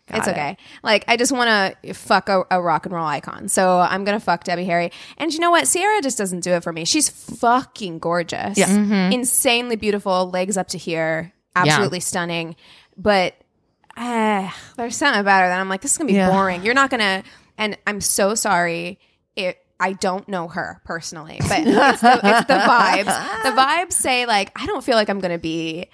Speaker 1: Got
Speaker 3: it's
Speaker 1: it.
Speaker 3: okay. Like I just want to fuck a, a rock and roll icon. So I'm gonna fuck Debbie Harry. And you know what? Sierra just doesn't do it for me. She's fucking gorgeous.
Speaker 1: Yeah. Mm-hmm.
Speaker 3: Insanely beautiful. Legs up to here. Absolutely stunning. But uh, there's something about her that I'm like, this is gonna be
Speaker 1: Yeah.
Speaker 3: boring. You're not gonna. And I'm so sorry. It. I don't know her personally, but it's the, it's the vibes. The vibes say like, I don't feel like I'm gonna be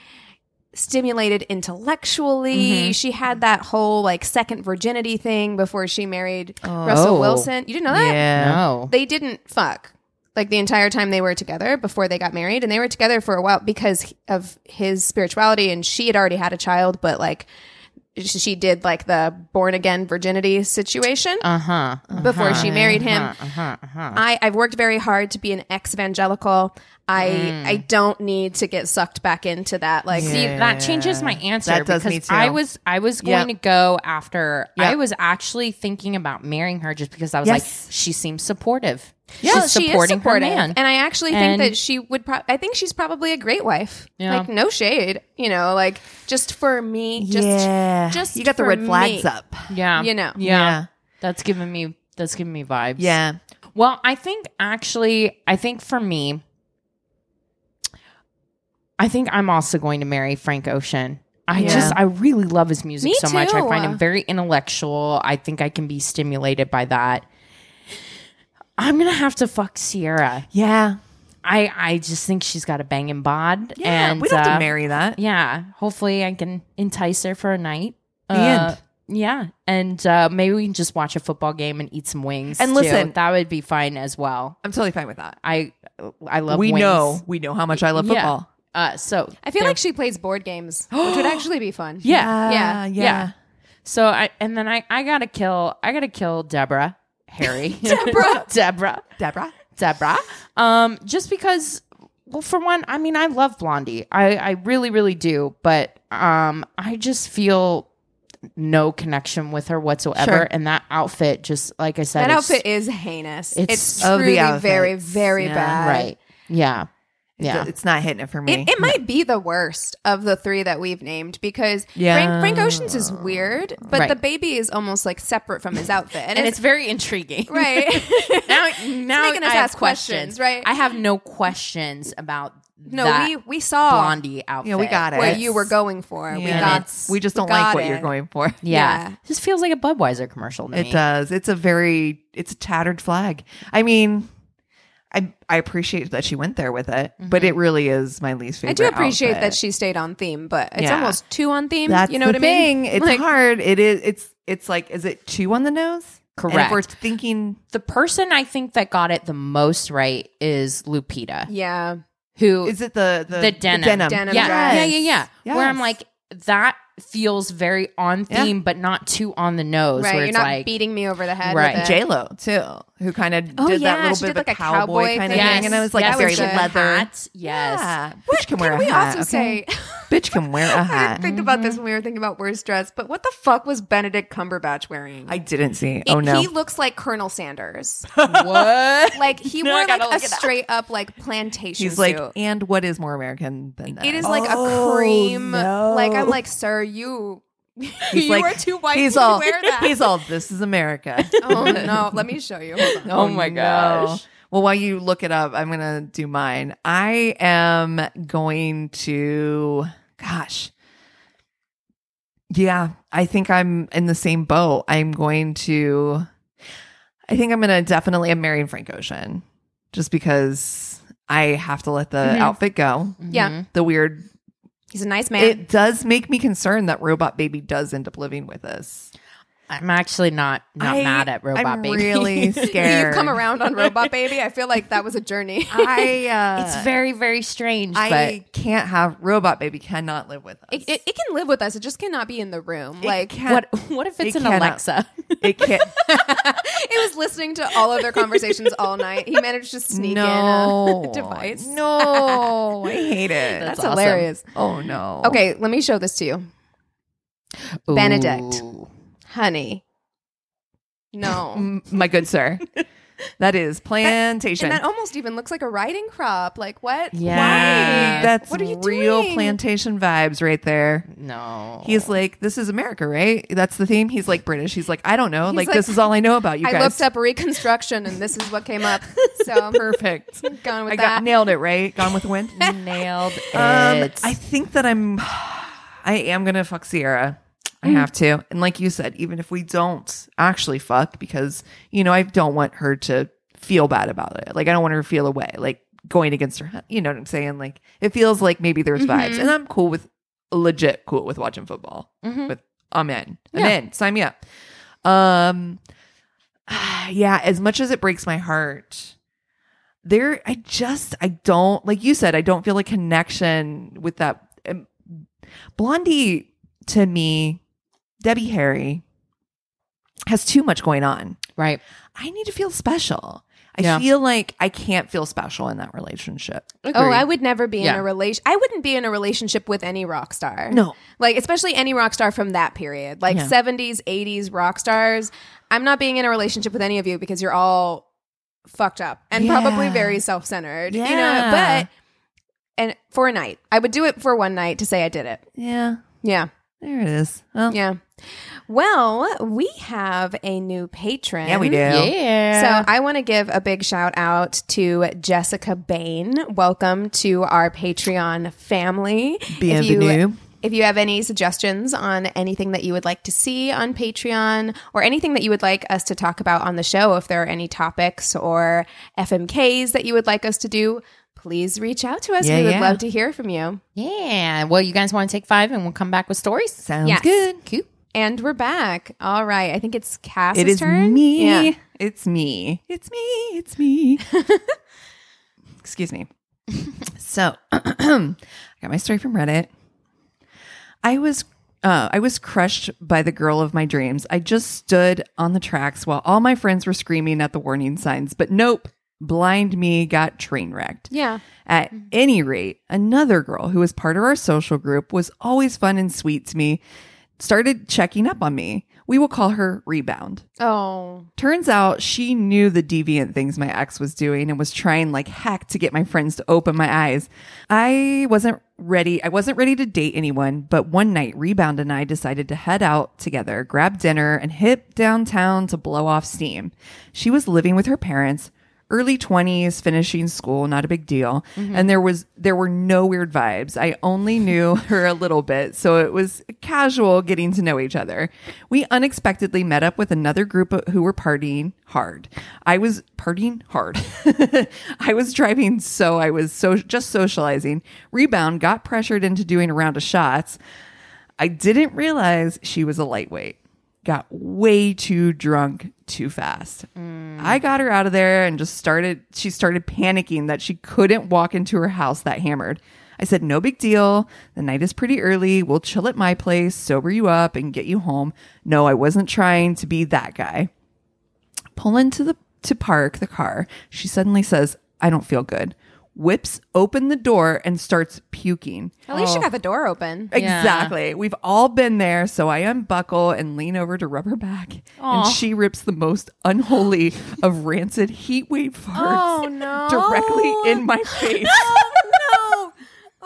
Speaker 3: stimulated intellectually. She had that whole like second virginity thing before she married Russell
Speaker 2: Oh.
Speaker 3: Wilson. You didn't know that?
Speaker 1: Yeah.
Speaker 2: no.
Speaker 3: They didn't fuck like the entire time they were together before they got married and they were together for a while because of his spirituality and she had already had a child but like sh- she did like the born again virginity situation
Speaker 2: Uh huh.
Speaker 3: before she married him.
Speaker 2: Uh huh. Uh huh.
Speaker 3: I, I've worked very hard to be an ex evangelical. I I don't need to get sucked back into that like
Speaker 2: See, that changes my answer
Speaker 1: That does
Speaker 2: because
Speaker 1: me too.
Speaker 2: I was I was going
Speaker 1: Yep.
Speaker 2: to go after
Speaker 1: Yep.
Speaker 2: I was actually thinking about marrying her just because I was
Speaker 1: Yes.
Speaker 2: like she seems supportive.
Speaker 3: Well,
Speaker 2: She's supporting her man.
Speaker 3: and I actually think
Speaker 2: And-
Speaker 3: that she would. Pro- I think she's probably a great wife.
Speaker 2: Yeah.
Speaker 3: Like no shade, you know. Like just for me, just
Speaker 1: yeah.
Speaker 3: just
Speaker 1: you got the
Speaker 3: for
Speaker 1: red flags
Speaker 3: me.
Speaker 1: up.
Speaker 2: yeah.
Speaker 3: you know.
Speaker 2: Yeah.
Speaker 1: Yeah.
Speaker 2: That's giving me that's giving me vibes.
Speaker 1: Yeah.
Speaker 2: Well, I think actually, I think for me, I think I'm also going to marry Frank Ocean. I
Speaker 1: Yeah.
Speaker 2: just, I really love his music
Speaker 3: Me
Speaker 2: so much. I
Speaker 3: too.
Speaker 2: find him very intellectual. I think I can be stimulated by that. I'm going to have to fuck Sierra.
Speaker 1: Yeah.
Speaker 2: I I just think she's got a banging bod.
Speaker 1: Yeah,
Speaker 2: and
Speaker 1: we'd have
Speaker 2: uh,
Speaker 1: to marry that.
Speaker 2: Yeah, hopefully I can entice her for a night. Uh,
Speaker 1: The end.
Speaker 2: Yeah, and uh, maybe we can just watch a football game and eat some wings.
Speaker 1: And
Speaker 2: too.
Speaker 1: listen-
Speaker 2: that would be fine as well.
Speaker 1: I'm totally fine with that.
Speaker 2: I I love.
Speaker 1: we
Speaker 2: wings.
Speaker 1: know we know how much I love
Speaker 2: Yeah.
Speaker 1: football.
Speaker 2: Uh, so
Speaker 3: I feel like she plays board games, which would actually be fun.
Speaker 2: yeah.
Speaker 3: Yeah.
Speaker 1: Uh, yeah.
Speaker 2: Yeah. So I and then I I gotta kill I gotta kill Deborah Harry
Speaker 1: Deborah.
Speaker 2: Deborah
Speaker 1: Deborah.
Speaker 2: Deborah. Um, just because, well, for one, I mean, I love Blondie. I, I really, really do. But um, I just feel no connection with her whatsoever.
Speaker 1: Sure.
Speaker 2: And that outfit, just like I said,
Speaker 3: That
Speaker 2: it's-
Speaker 3: outfit is heinous.
Speaker 2: it's-
Speaker 3: It's,
Speaker 1: Of the
Speaker 3: truly very,
Speaker 1: outfits.
Speaker 3: very
Speaker 2: yeah,
Speaker 3: bad.
Speaker 2: Right. Yeah. Yeah.
Speaker 1: It's, it's not hitting it for me.
Speaker 3: It, it might be the worst of the three that we've named because
Speaker 1: Yeah.
Speaker 3: Frank, Frank Ocean's is weird, but
Speaker 2: Right.
Speaker 3: the baby is almost like separate from his outfit, and,
Speaker 2: And it's
Speaker 3: it's,
Speaker 2: very intriguing.
Speaker 3: right.
Speaker 2: Now, now
Speaker 3: making us
Speaker 2: I have
Speaker 3: ask questions, right?
Speaker 2: I have no questions about
Speaker 3: no,
Speaker 2: that
Speaker 3: we we saw
Speaker 2: Blondie outfit.
Speaker 1: oh. Yeah, we got it.
Speaker 3: what you were going for. We
Speaker 1: Yeah.
Speaker 3: got
Speaker 1: we just don't
Speaker 3: we
Speaker 1: like
Speaker 3: got
Speaker 1: what you're
Speaker 3: it.
Speaker 1: going for.
Speaker 2: Yeah.
Speaker 3: Yeah.
Speaker 2: This feels like a Budweiser commercial to
Speaker 1: It
Speaker 2: me.
Speaker 1: does. It's a very it's a tattered flag. I mean, I I appreciate that she went there with it, but it really is my least favorite.
Speaker 3: Mm-hmm. I do appreciate
Speaker 1: outfit.
Speaker 3: that she stayed on theme, but it's
Speaker 1: Yeah.
Speaker 3: almost too on theme.
Speaker 1: That's
Speaker 3: you know
Speaker 1: the
Speaker 3: what I
Speaker 1: thing.
Speaker 3: mean?
Speaker 1: It's
Speaker 3: Like,
Speaker 1: hard. It is. It's it's like is it two on the nose? And if
Speaker 2: Correct.
Speaker 1: we're thinking
Speaker 2: the person I think that got it the most right is Lupita,
Speaker 3: Yeah.
Speaker 2: who
Speaker 1: is it the the,
Speaker 2: the denim.
Speaker 3: Denim
Speaker 2: yeah,
Speaker 3: dress.
Speaker 2: yeah, yeah, yeah. Where I'm
Speaker 1: Yes.
Speaker 2: like, that feels very on
Speaker 1: Yeah.
Speaker 2: theme, but not too on the nose.
Speaker 3: Right.
Speaker 2: where
Speaker 3: You're
Speaker 2: it's
Speaker 3: not
Speaker 2: like,
Speaker 3: beating me over the head.
Speaker 2: Right.
Speaker 3: With it.
Speaker 1: J Lo too, who kind of
Speaker 3: Oh,
Speaker 1: did
Speaker 3: yeah,
Speaker 1: that little
Speaker 3: she
Speaker 1: bit of
Speaker 3: did
Speaker 1: a
Speaker 3: like a
Speaker 1: cowboy,
Speaker 3: cowboy
Speaker 1: kind of
Speaker 3: thing.
Speaker 1: thing, and I was like,
Speaker 3: Yes,
Speaker 1: very
Speaker 3: that was good.
Speaker 1: leather.
Speaker 2: Yes.
Speaker 1: Yeah, bitch can wear
Speaker 3: Can
Speaker 1: a
Speaker 3: we
Speaker 1: hat.
Speaker 3: also
Speaker 1: okay?
Speaker 3: say
Speaker 1: bitch can wear a
Speaker 3: I didn't
Speaker 1: hat.
Speaker 3: think about this when we were thinking about worst dress, but what the fuck was Benedict Cumberbatch wearing?
Speaker 1: I didn't see. oh no,
Speaker 3: He looks like Colonel Sanders.
Speaker 2: What?
Speaker 3: Like he
Speaker 2: No, I
Speaker 3: wore like
Speaker 2: gotta
Speaker 3: a
Speaker 2: look it up.
Speaker 3: straight up like plantation
Speaker 1: he's
Speaker 3: suit.
Speaker 1: like. And what is more American than that?
Speaker 3: it is like
Speaker 4: Oh,
Speaker 3: a cream.
Speaker 4: no.
Speaker 3: Like I'm like, sir, you
Speaker 1: he's
Speaker 3: you
Speaker 1: like,
Speaker 3: are too white
Speaker 1: He's
Speaker 3: to
Speaker 1: all.
Speaker 3: wear that.
Speaker 1: He's all. This is America.
Speaker 3: oh no, let me show you. Hold on.
Speaker 2: Oh my gosh.
Speaker 1: Well, while you look it up, I'm gonna do mine. I am going to. Gosh. Yeah, I think I'm in the same boat. I'm going to. I think I'm gonna definitely am marrying Frank Ocean, just because I have to let the
Speaker 2: Mm-hmm.
Speaker 1: outfit go.
Speaker 3: Yeah.
Speaker 1: The weird.
Speaker 3: He's a nice man.
Speaker 1: It does make me concerned that Robot Baby does end up living with us.
Speaker 2: I'm actually not not
Speaker 1: I-
Speaker 2: mad at Robot
Speaker 1: I'm
Speaker 2: Baby.
Speaker 1: Really scared.
Speaker 3: You've come around on Robot Baby. I feel like that was a journey.
Speaker 1: I. Uh,
Speaker 2: it's very very strange,
Speaker 1: I can't have robot baby cannot live with us.
Speaker 3: It, it, it can live with us. It just cannot be in the room.
Speaker 1: It
Speaker 3: like
Speaker 2: but
Speaker 1: can't-
Speaker 2: what what if
Speaker 1: It
Speaker 2: it's an
Speaker 1: cannot-
Speaker 2: Alexa?
Speaker 1: it can't.
Speaker 3: it was listening to all of their conversations all night. He managed to sneak
Speaker 1: no
Speaker 3: in a device.
Speaker 1: No, I hate it.
Speaker 3: That's,
Speaker 2: awesome.
Speaker 3: hilarious.
Speaker 1: oh no.
Speaker 3: Okay, let me show this to you. Benedict.
Speaker 2: Ooh.
Speaker 3: Honey. No.
Speaker 1: M- my good sir, that is plantation.
Speaker 3: and that almost even looks like a riding crop. Like what?
Speaker 2: Yeah.
Speaker 3: Why?
Speaker 1: That's
Speaker 3: what are you
Speaker 1: real
Speaker 3: doing?
Speaker 1: plantation vibes right there.
Speaker 2: No.
Speaker 1: He's like, this is America, right? That's the theme. He's like British. He's like, I don't know.
Speaker 3: He's
Speaker 1: Like,
Speaker 3: like,
Speaker 1: this is all I know about you
Speaker 3: I
Speaker 1: guys.
Speaker 3: looked up reconstruction and this is what came up. So I'm
Speaker 1: Perfect.
Speaker 3: going with
Speaker 1: I
Speaker 3: that.
Speaker 1: got nailed it, right? Gone with the wind.
Speaker 2: nailed it.
Speaker 1: Um, I think that I'm. I am gonna fuck Sierra. I have to, and like you said, even if we don't actually fuck, because you know I don't want her to feel bad about it. Like I don't want her to feel away, like going against her. You know what I'm saying? Like it feels like maybe there's vibes, and I'm cool with legit cool with watching football. With I'm in, I'm in. Sign me up. Um, yeah. As much as it breaks my heart, there i just i don't like you said i don't feel a connection with that um, blondie to me debbie harry has too much going on
Speaker 2: right.
Speaker 1: i need to feel special i
Speaker 2: Yeah.
Speaker 1: feel like i can't feel special in that relationship
Speaker 3: Oh, I would never be
Speaker 2: Yeah.
Speaker 3: in a relation. I wouldn't be in a relationship with any rock star.
Speaker 1: No.
Speaker 3: like especially any rock star from that period, like
Speaker 1: Yeah.
Speaker 3: seventies, eighties rock stars. I'm not being in a relationship with any of you because you're all fucked up and probably
Speaker 1: Yeah.
Speaker 3: very self centered. You know,
Speaker 1: Yeah.
Speaker 3: but and for a night, I would do it for one night to say I did it.
Speaker 1: yeah
Speaker 3: Yeah,
Speaker 1: there it is well, yeah.
Speaker 3: yeah. Well, we have a new patron.
Speaker 1: we do
Speaker 2: Yeah.
Speaker 3: So I want to give a big shout out to Jessica Bain. Welcome to our Patreon family. If
Speaker 1: Bienvenue.
Speaker 3: you, if you have any suggestions on anything that you would like to see on Patreon or anything that you would like us to talk about on the show, if there are any topics or FMKs that you would like us to do, please reach out to us.
Speaker 1: Yeah,
Speaker 3: we would
Speaker 1: yeah.
Speaker 3: love to hear from you.
Speaker 2: Yeah. Well, you guys want to take five and we'll come back with stories?
Speaker 1: Sounds
Speaker 3: Yes.
Speaker 1: good.
Speaker 2: Cute.
Speaker 3: And we're back. All right. I think it's Cass's
Speaker 1: It is
Speaker 3: turn.
Speaker 1: me.
Speaker 3: Yeah.
Speaker 1: It's me. It's me. It's me. Excuse me. so, I got my story from Reddit. I was uh, I was crushed by the girl of my dreams. I just stood on the tracks while all my friends were screaming at the warning signs, but nope, blind me got train wrecked.
Speaker 3: Yeah. Mm-hmm.
Speaker 1: At any rate, another girl who was part of our social group was always fun and sweet to me, started checking up on me. We will call her Rebound.
Speaker 3: Oh.
Speaker 1: Turns out she knew the deviant things my ex was doing and was trying like heck to get my friends to open my eyes. I wasn't ready. I wasn't ready to date anyone, but one night Rebound and I decided to head out together, grab dinner, and hit downtown to blow off steam. She was living with her parents, early 20s, finishing school, not a big deal. And there was there were no weird vibes. I only knew her a little bit, so it was casual getting to know each other. We unexpectedly met up with another group of- who were partying hard. I was partying hard. I was driving so I was so just socializing. Rebound got pressured into doing a round of shots. I didn't realize she was a lightweight. Got way too drunk too fast.
Speaker 3: Mm.
Speaker 1: I got her out of there and just started, she started panicking that she couldn't walk into her house that hammered. I said, No big deal. The night is pretty early. We'll chill at my place, sober you up, and get you home. No, I wasn't trying to be that guy pull into the to park the car she suddenly says i don't feel good whips open the door and starts puking
Speaker 3: At least you got the door open.
Speaker 1: exactly we've all been there so i unbuckle and lean over to rub her back and she rips the most unholy of rancid heat wave farts
Speaker 3: Oh no.
Speaker 1: directly in my face
Speaker 3: Oh no.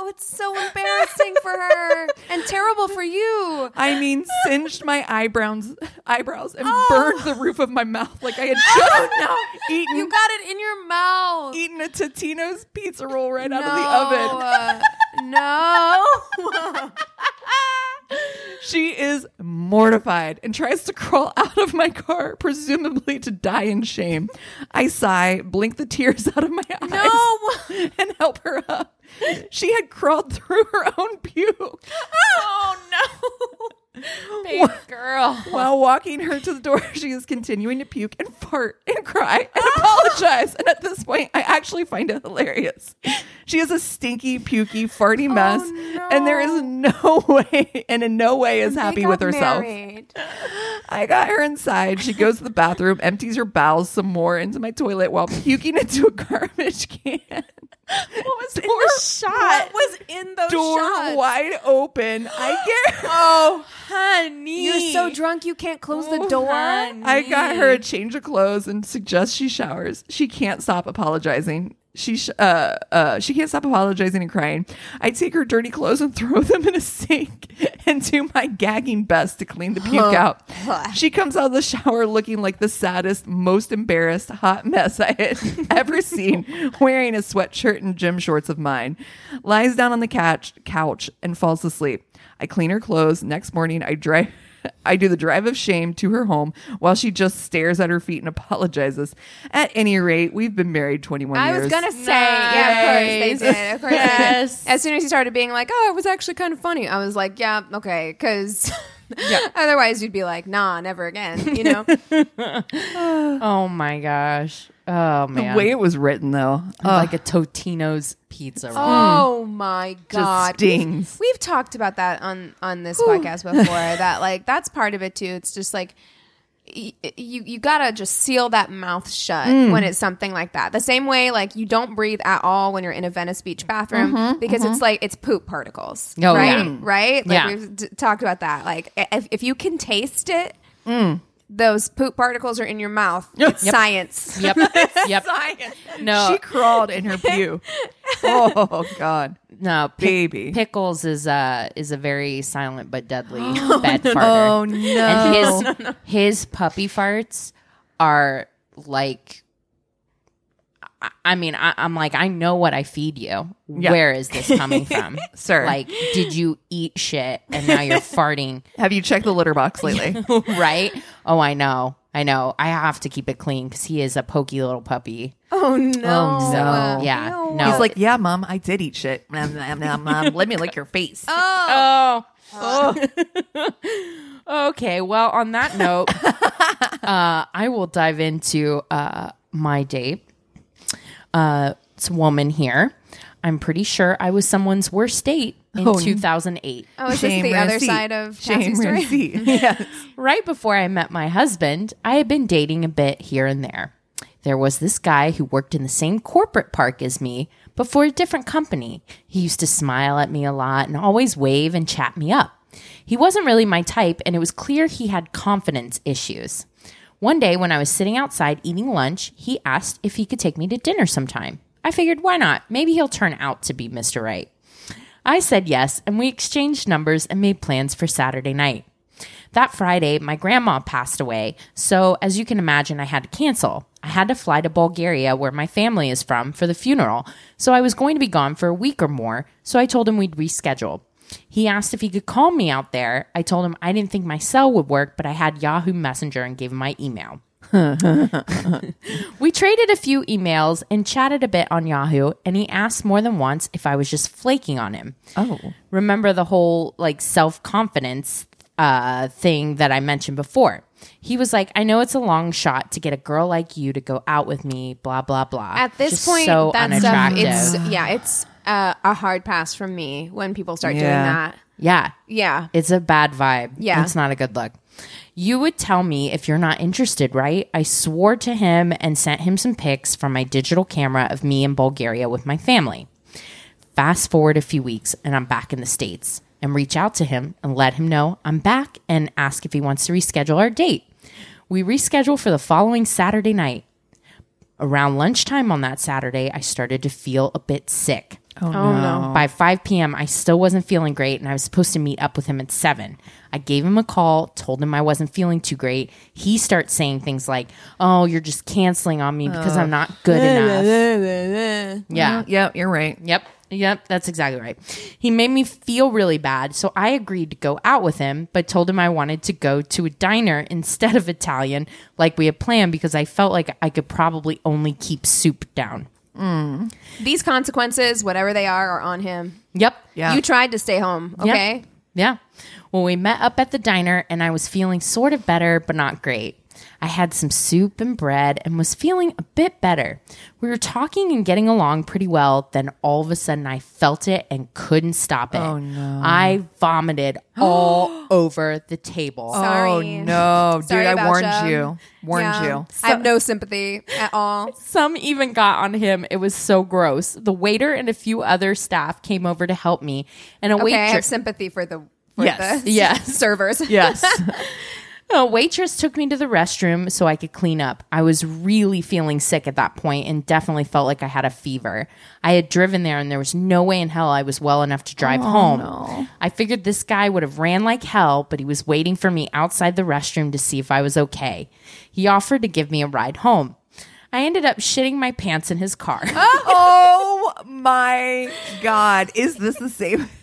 Speaker 3: Oh, it's so embarrassing for her and terrible for you.
Speaker 1: I mean, singed my eyebrows, eyebrows, and
Speaker 3: Oh.
Speaker 1: burned the roof of my mouth like I had just eaten
Speaker 3: You got it in your mouth.
Speaker 1: eaten a Totino's pizza roll right out of the oven.
Speaker 3: uh, no.
Speaker 1: She is mortified and tries to crawl out of my car, presumably to die in shame. I sigh, blink the tears out of my eyes,
Speaker 3: No.
Speaker 1: and help her up. She had crawled through her own pew.
Speaker 3: Oh no. Big girl.
Speaker 1: While walking her to the door, she is continuing to puke and fart and cry and apologize. And at this point, I actually find it hilarious. She is a stinky, pukey, farty mess, and there is Oh, no way, and in no way is happy with herself. I got her inside. She goes to the bathroom, empties her bowels some more into my toilet while puking into a garbage can. What was
Speaker 3: Or shot. What was in those
Speaker 1: Door
Speaker 3: shots?
Speaker 1: wide open. I get
Speaker 3: Oh, honey. You're so
Speaker 2: so
Speaker 3: drunk you can't close the
Speaker 1: Oh,
Speaker 3: door.
Speaker 1: I got her a change of clothes and suggest she showers. She can't stop apologizing. She sh- uh uh she can't stop apologizing and crying. I take her dirty clothes and throw them in a sink and do my gagging best to clean the puke out. She comes out of the shower looking like the saddest, most embarrassed hot mess I had ever seen, wearing a sweatshirt and gym shorts of mine. Lies down on the couch couch and falls asleep. I clean her clothes. Next morning, I drive. I do the drive of shame to her home while she just stares at her feet and apologizes. At any rate, we've been married 21
Speaker 3: I
Speaker 1: years.
Speaker 3: was gonna say, yeah, of course they did. Of course,
Speaker 2: Yes.
Speaker 3: they did. As soon as you started being like, "Oh, it was actually kind of funny," I was like, "Yeah, okay," because otherwise you'd be like, "Nah, never again." You know?
Speaker 2: Oh my gosh. Oh man.
Speaker 1: The way it was written, though, uh,
Speaker 2: like a Totino's pizza roll.
Speaker 3: oh my god,
Speaker 1: stings.
Speaker 3: We've, we've talked about that on on this podcast before. That like that's part of it too. It's just like. y- y- You you gotta just seal that mouth shut
Speaker 2: Mm.
Speaker 3: when it's something like that. The same way, like you don't breathe at all when you're in a Venice Beach bathroom because it's like it's poop particles.
Speaker 2: Mm-hmm, Oh,
Speaker 3: right,
Speaker 2: yeah.
Speaker 3: right. Like
Speaker 2: Yeah.
Speaker 3: we've d- talked about that. Like i- if if you can taste it, those poop particles are in your mouth. It's science.
Speaker 2: Mm. Yep. yep. No.
Speaker 1: she crawled in her pew. oh God,
Speaker 2: no. pic-
Speaker 1: baby.
Speaker 2: Pickles is a is a very silent but deadly bed farter.
Speaker 1: oh no!
Speaker 2: And his his puppy farts are like. I- I mean, I, I'm like, I know what I feed you.
Speaker 1: Yeah.
Speaker 2: Where is this coming from,
Speaker 1: Sir.
Speaker 2: Like, did you eat shit and now you're farting?
Speaker 1: Have you checked the litter box lately?
Speaker 2: right? Oh, I know. I know. I have to keep it clean because he is a pokey little puppy.
Speaker 3: Oh no.
Speaker 2: Oh, no.
Speaker 3: Ew.
Speaker 2: Yeah. No.
Speaker 1: He's like, yeah, mom, I did eat shit. Nom, nom, nom, nom. Let me lick your face.
Speaker 2: Oh. Oh. okay. Well, on that note, uh, I will dive into uh, my date. Uh, it's a woman here. I'm pretty sure I was someone's worst date in 2008.
Speaker 3: Oh, is this the other
Speaker 1: Receipt.
Speaker 3: side of
Speaker 1: shame
Speaker 3: Cassie's story?
Speaker 1: receipt. yes.
Speaker 2: Right before I met my husband, I had been dating a bit here and there. There was this guy who worked in the same corporate park as me, but for a different company. He used to smile at me a lot and always wave and chat me up. He wasn't really my type, and it was clear he had confidence issues. One day, when I was sitting outside eating lunch, he asked if he could take me to dinner sometime. I figured, why not? Maybe he'll turn out to be Mr. Right. I said yes, and we exchanged numbers and made plans for Saturday night. That Friday, my grandma passed away, so as you can imagine, I had to cancel. I had to fly to Bulgaria, where my family is from, for the funeral, so I was going to be gone for a week or more, so I told him we'd reschedule. He asked if he could call me out there. I told him I didn't think my cell would work, but I had Yahoo Messenger and gave him my email. We traded a few emails and chatted a bit on Yahoo, and he asked more than once if I was just flaking on him.
Speaker 1: Oh.
Speaker 2: Remember the whole like self confidence uh, thing that I mentioned before? He was like, I know it's a long shot to get a girl like you to go out with me, blah, blah, blah.
Speaker 3: At this
Speaker 2: Just
Speaker 3: point,
Speaker 2: so
Speaker 3: that stuff,
Speaker 2: unattractive.
Speaker 3: it's yeah, it's uh, a hard pass from me when people start doing
Speaker 1: Yeah.
Speaker 3: that.
Speaker 2: yeah.
Speaker 3: Yeah.
Speaker 2: It's a bad vibe.
Speaker 3: Yeah.
Speaker 2: It's not a good look. You would tell me if you're not interested, right? I swore to him and sent him some pics from my digital camera of me in Bulgaria with my family. Fast forward a few weeks and I'm back in the States and reach out to him and let him know I'm back and ask if he wants to reschedule our date. We reschedule for the following Saturday night. Around lunchtime on that Saturday, I started to feel a bit sick.
Speaker 3: Oh, no.
Speaker 2: By 5 p.m., I still wasn't feeling great, and I was supposed to meet up with him at 7. I gave him a call, told him I wasn't feeling too great. He starts saying things like, Oh, you're just canceling on me because I'm not good enough. yeah.
Speaker 1: Yeah, you're right.
Speaker 2: Yep. Yep. That's exactly right. He made me feel really bad. So I agreed to go out with him, but told him I wanted to go to a diner instead of Italian, like we had planned, because I felt like I could probably only keep soup down.
Speaker 3: These consequences, whatever they are, are on him.
Speaker 2: Yep.
Speaker 1: Yeah.
Speaker 3: You tried to stay home, okay?
Speaker 2: Yeah. Well, we met up at the diner and I was feeling sort of better, but not great. I had some soup and bread and was feeling a bit better. We were talking and getting along pretty well. Then all of a sudden, I felt it and couldn't stop it. Oh, no. I vomited all over the table.
Speaker 3: Sorry.
Speaker 1: Oh no, dude!
Speaker 3: Sorry
Speaker 1: I
Speaker 3: about
Speaker 1: warned
Speaker 3: ya.
Speaker 1: you. Warned
Speaker 3: Yeah.
Speaker 1: you.
Speaker 3: I have no sympathy at all.
Speaker 2: Some even got on him. It was so gross. The waiter and a few other staff came over to help me, and a
Speaker 3: Okay, I have
Speaker 2: waitress.
Speaker 3: sympathy for the for
Speaker 1: Yes.
Speaker 3: the
Speaker 2: Yes.
Speaker 3: servers.
Speaker 1: Yes.
Speaker 2: A waitress took me to the restroom so I could clean up. I was really feeling sick at that point and definitely felt like I had a fever. I had driven there and there was no way in hell I was well enough to drive
Speaker 3: Oh,
Speaker 2: home. I figured this guy would have ran like hell, but he was waiting for me outside the restroom to see if I was okay. He offered to give me a ride home. I ended up shitting my pants in his car.
Speaker 1: oh my god! Is this the same?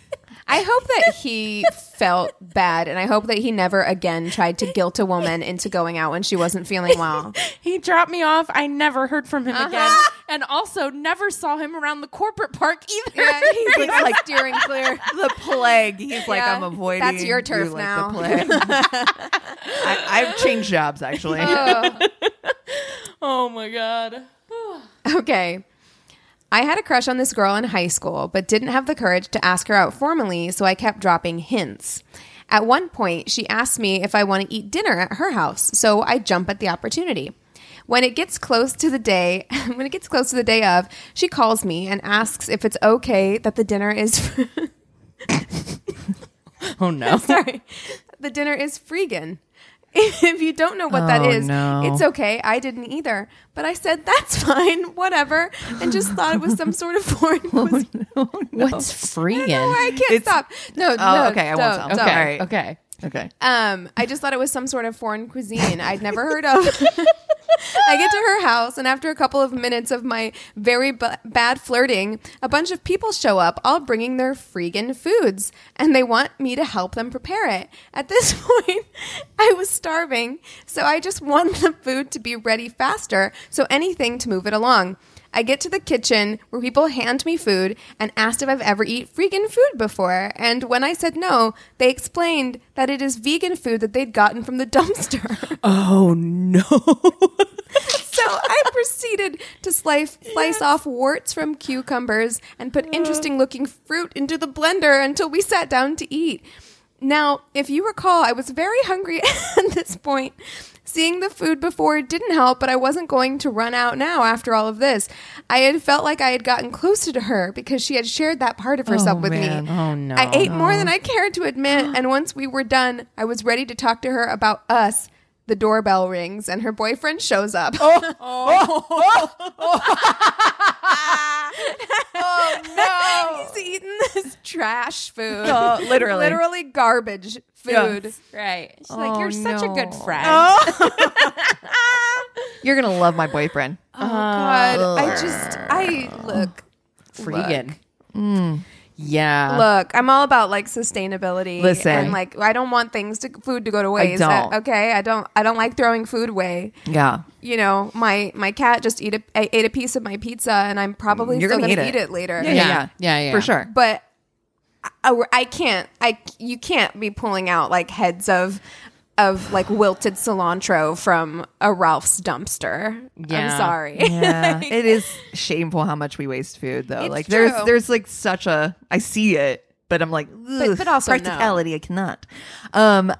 Speaker 3: I hope that he felt bad and I hope that he never again tried to guilt a woman into going out when she wasn't feeling well.
Speaker 2: He dropped me off. I never heard from him
Speaker 3: Uh-huh.
Speaker 2: again and also never saw him around the corporate park either.
Speaker 3: Yeah, he's like,
Speaker 1: like-
Speaker 3: steering clear.
Speaker 1: The plague. He's like,
Speaker 3: Yeah,
Speaker 1: I'm avoiding.
Speaker 3: that's your
Speaker 1: you
Speaker 3: turf
Speaker 1: like
Speaker 3: now.
Speaker 1: The plague. I, I've changed jobs actually.
Speaker 2: Oh my God.
Speaker 3: Okay. I had a crush on this girl in high school, but didn't have the courage to ask her out formally, so I kept dropping hints. At one point, she asked me if I want to eat dinner at her house, so I jump at the opportunity. When it gets close to the day, when it gets close to the day of, she calls me and asks if it's okay that the dinner is
Speaker 2: Oh no.
Speaker 3: sorry. The dinner is freegan. If you don't know what that
Speaker 1: Oh,
Speaker 3: is,
Speaker 1: no.
Speaker 3: it's okay. I didn't either. But I said, that's fine, whatever, and just thought it was some sort of foreign
Speaker 1: Oh,
Speaker 3: cuisine.
Speaker 2: What's freeing?
Speaker 3: I can't stop. No, no.
Speaker 1: Oh, okay, I won't
Speaker 3: don't,
Speaker 1: stop.
Speaker 3: don't.
Speaker 1: Okay. All right.
Speaker 2: Okay.
Speaker 1: Okay.
Speaker 3: Um, I just thought it was some sort of foreign cuisine I'd never heard of. I get to her house, and after a couple of minutes of my very b- bad flirting, a bunch of people show up, all bringing their freaking foods, and they want me to help them prepare it. At this point, I was starving, so I just want the food to be ready faster, so anything to move it along. I get to the kitchen where people hand me food and asked if I've ever eaten vegan food before. And when I said no, they explained that it is vegan food that they'd gotten from the dumpster.
Speaker 1: Oh no.
Speaker 3: so I proceeded to slice, slice off warts from cucumbers and
Speaker 2: Uh.
Speaker 3: put interesting looking fruit into the blender until we sat down to eat. Now, if you recall, I was very hungry at this point. Seeing the food before didn't help, but I wasn't going to run out now after all of this. I had felt like I had gotten closer to her because she had shared that part of herself with
Speaker 2: man.
Speaker 3: me.
Speaker 2: Oh, no.
Speaker 3: I ate more than I cared to admit, and once we were done, I was ready to talk to her about us. The doorbell rings and her boyfriend shows up. He's eating this trash food.
Speaker 1: No, Oh, literally. Oh,
Speaker 3: Literally garbage food.
Speaker 2: Right. She's like, you're such a good
Speaker 1: no.
Speaker 2: friend.
Speaker 1: Oh, You're gonna love my boyfriend.
Speaker 3: Oh, God. I just, I look,
Speaker 2: Freaking. Yeah.
Speaker 3: look, I'm all about like sustainability.
Speaker 1: Listen.
Speaker 3: And like, I don't want things to, food to go to waste.
Speaker 1: don't.
Speaker 3: okay. I don't, I don't like throwing food away.
Speaker 1: Yeah.
Speaker 3: You know, my, my cat just eat a, I ate a piece of my pizza and I'm probably
Speaker 1: Mm, You're
Speaker 3: still
Speaker 1: gonna
Speaker 3: going to
Speaker 1: eat
Speaker 3: eat,
Speaker 1: it.
Speaker 3: it later.
Speaker 2: Yeah. Yeah, yeah.
Speaker 1: For sure.
Speaker 3: But I, I can't, I, you can't be pulling out like heads of, of like wilted cilantro from a Ralph's dumpster.
Speaker 2: Yeah.
Speaker 3: I'm sorry.
Speaker 1: Yeah. it is shameful how much we waste food though.
Speaker 3: It's
Speaker 1: like there's
Speaker 3: true.
Speaker 1: there's like such a I see it, but I'm like ugh,
Speaker 3: but also no.
Speaker 1: practicality I cannot. Um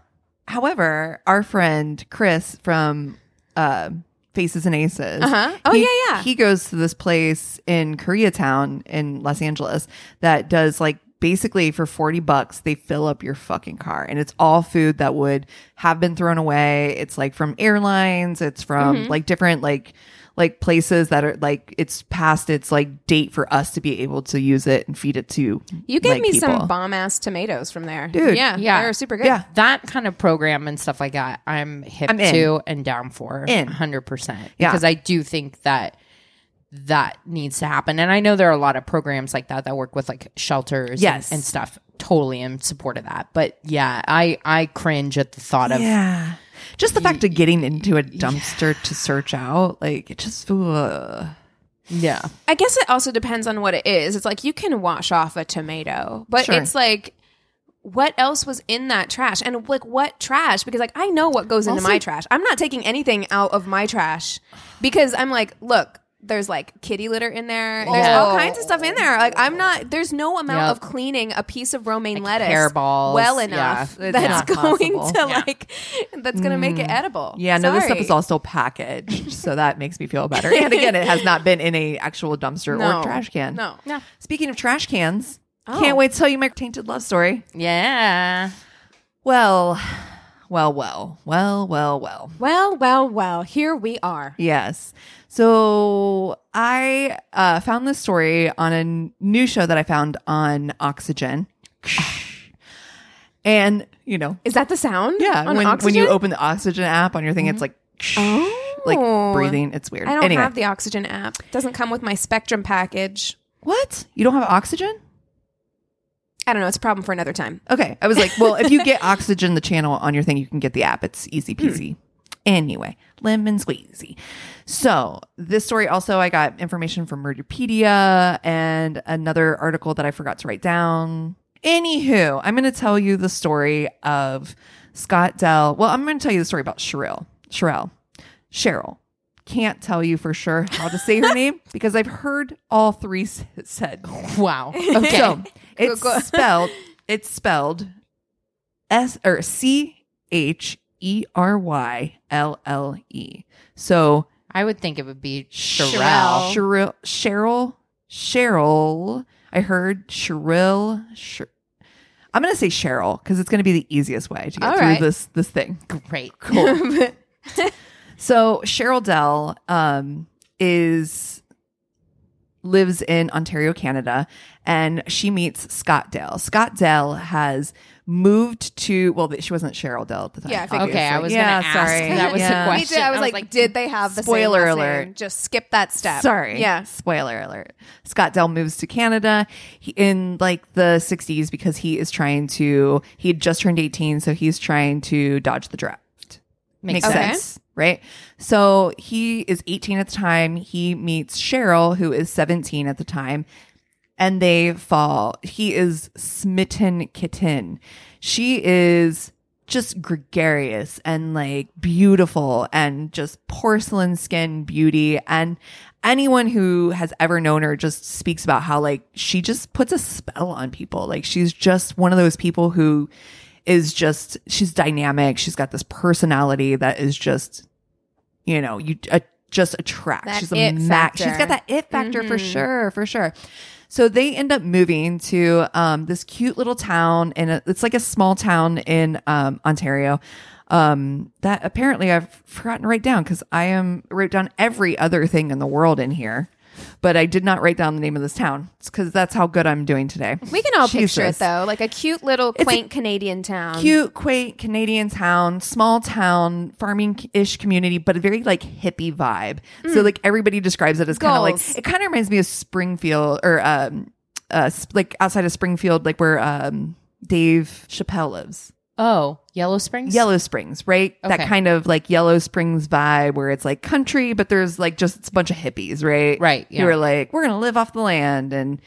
Speaker 1: however, our friend Chris from uh Faces and Aces.
Speaker 3: Uh-huh. Oh,
Speaker 1: he-
Speaker 3: yeah, yeah.
Speaker 1: He goes to this place in Koreatown in Los Angeles that does like basically for 40 bucks they fill up your fucking car and it's all food that would have been thrown away it's like from airlines it's from
Speaker 3: Mm-hmm.
Speaker 1: like different like like places that are like it's past its like date for us to be able to use it and feed it to
Speaker 3: You gave
Speaker 1: like,
Speaker 3: me some
Speaker 1: people.
Speaker 3: bomb ass tomatoes from there,
Speaker 1: Dude.
Speaker 3: Yeah,
Speaker 2: Yeah.
Speaker 3: they were super good.
Speaker 1: yeah
Speaker 2: That kind of program and stuff like that, I'm hip
Speaker 1: I'm in.
Speaker 2: to and down for.
Speaker 1: In.
Speaker 2: 100%.
Speaker 1: Yeah.
Speaker 2: Because I do think that that needs to happen. And I know there are a lot of programs like that that work with like shelters and-
Speaker 1: Yes.
Speaker 2: and, stuff. Totally in support of that. But yeah, I, I cringe at the thought of
Speaker 1: yeah just the fact of getting into a dumpster to search out like it just ugh.
Speaker 2: yeah.
Speaker 3: I guess it also depends on what it is. It's like you can wash off a tomato, but
Speaker 1: Sure.
Speaker 3: it's like what else was in that trash and like what trash because like I know what goes into my trash. I'm not taking anything out of my trash because I'm like, look, there's like kitty litter in there. There's all
Speaker 2: Yeah.
Speaker 3: kinds of stuff in there. Like I'm not there's no amount
Speaker 2: Yep.
Speaker 3: of cleaning a piece of romaine lettuce
Speaker 2: hairballs,
Speaker 3: well
Speaker 2: yeah.
Speaker 3: enough
Speaker 2: It's
Speaker 3: that's
Speaker 1: not
Speaker 3: going
Speaker 1: possible. Mm.
Speaker 3: to like that's going to make it edible.
Speaker 1: Yeah, no, this stuff is
Speaker 3: Sorry.
Speaker 1: all still packaged, so that makes me feel better. And again, it has not been in a actual dumpster
Speaker 3: No.
Speaker 1: or trash can. Oh.
Speaker 3: No. No.
Speaker 1: Speaking of trash cans, can't wait to tell you my tainted love story.
Speaker 2: Yeah.
Speaker 1: Well, well, well, well, well, well.
Speaker 3: Well, well, well, here we are.
Speaker 1: Yes. So I uh, found this story on a n- new show that I found on Oxygen, and you know,
Speaker 3: Is that the sound?
Speaker 1: yeah,
Speaker 3: On
Speaker 1: when when
Speaker 3: oxygen?
Speaker 1: you open the Oxygen app on your thing, it's like. Like breathing, it's weird.
Speaker 3: I don't
Speaker 1: anyway.
Speaker 3: have the oxygen app. It doesn't come with my spectrum package.
Speaker 1: What? You don't have oxygen?
Speaker 3: I don't know. It's a problem for another time.
Speaker 1: Okay. I was like, well, if you get oxygen, the channel on your thing, you can get the app. It's easy peasy. Anyway, lemon squeezy. So this story also, I got information from Murderpedia and another article that I forgot to write down. Anywho, I'm going to tell you the story of Scott Dell. Well, I'm going to tell you the story about Cheryl. Cheryl. Cheryl. Can't tell you for sure how to say her name because I've heard all three s- said.
Speaker 2: Wow. Okay.
Speaker 1: So it's
Speaker 3: go.
Speaker 1: spelled it's spelled S or C H E R Y L L E. So
Speaker 2: I would think it would be Sherelle.
Speaker 3: Sherelle.
Speaker 1: Cheryl Cheryl Cheryl. I heard Cheryl. Sher- I'm gonna say Cheryl because it's gonna be the easiest way to get
Speaker 3: All
Speaker 1: through
Speaker 3: right.
Speaker 1: this this thing.
Speaker 2: Great.
Speaker 1: Cool. so Cheryl Dell um, is lives in Ontario, Canada, and she meets Scott Dell. Scott Dell has moved to well she wasn't Cheryl Dell at the time.
Speaker 3: Yeah, I figured.
Speaker 2: Okay, I was
Speaker 1: Yeah,
Speaker 2: gonna ask.
Speaker 1: sorry.
Speaker 2: That was
Speaker 1: Yeah.
Speaker 2: the
Speaker 3: Me
Speaker 2: question.
Speaker 3: too. I was, like, did they have the
Speaker 1: Spoiler
Speaker 3: same last
Speaker 1: alert.
Speaker 3: name? Just skip that step.
Speaker 1: Sorry.
Speaker 3: Yeah.
Speaker 1: Spoiler alert. Scott Dell moves to Canada he- in like the 60s because he is trying to, he had just turned 18, so he's trying to dodge the draft. Makes
Speaker 3: sense.
Speaker 1: sense, right? So he is 18 at the time. He meets Cheryl, who is 17 at the time, and they fall. He is smitten kitten. She is just gregarious and like beautiful and just porcelain skin beauty and anyone who has ever known her just speaks about how like she just puts a spell on people like she's just one of those people who is just she's dynamic she's got this personality that is just you know you uh, just attract
Speaker 3: That
Speaker 1: she's a
Speaker 3: it
Speaker 1: mac she's got
Speaker 3: factor.
Speaker 1: that it factor for
Speaker 3: Mm-hmm.
Speaker 1: sure for sure so they end up moving to um, this cute little town and it's like a small town in um, ontario um, that apparently i've forgotten to write down because i am wrote down every other thing in the world in here but i did not write down the name of this town because that's how good i'm doing today
Speaker 3: We can all picture
Speaker 1: Jesus.
Speaker 3: it though, like a cute little quaint Canadian town.
Speaker 1: cute, quaint Canadian town, small town, farming ish community, but a very like hippie vibe. So like everybody describes it as kind of
Speaker 3: Goals.
Speaker 1: like it kind of reminds me of Springfield or um uh sp- like outside of Springfield, like where um Dave Chappelle lives.
Speaker 2: Oh, Yellow Springs.
Speaker 1: Yellow Springs, right? That
Speaker 2: Okay.
Speaker 1: kind of like Yellow Springs vibe where it's like country, but there's like just it's a bunch of hippies, right?
Speaker 2: Right,
Speaker 1: Who
Speaker 2: yeah.
Speaker 1: are like, we're gonna live off the land and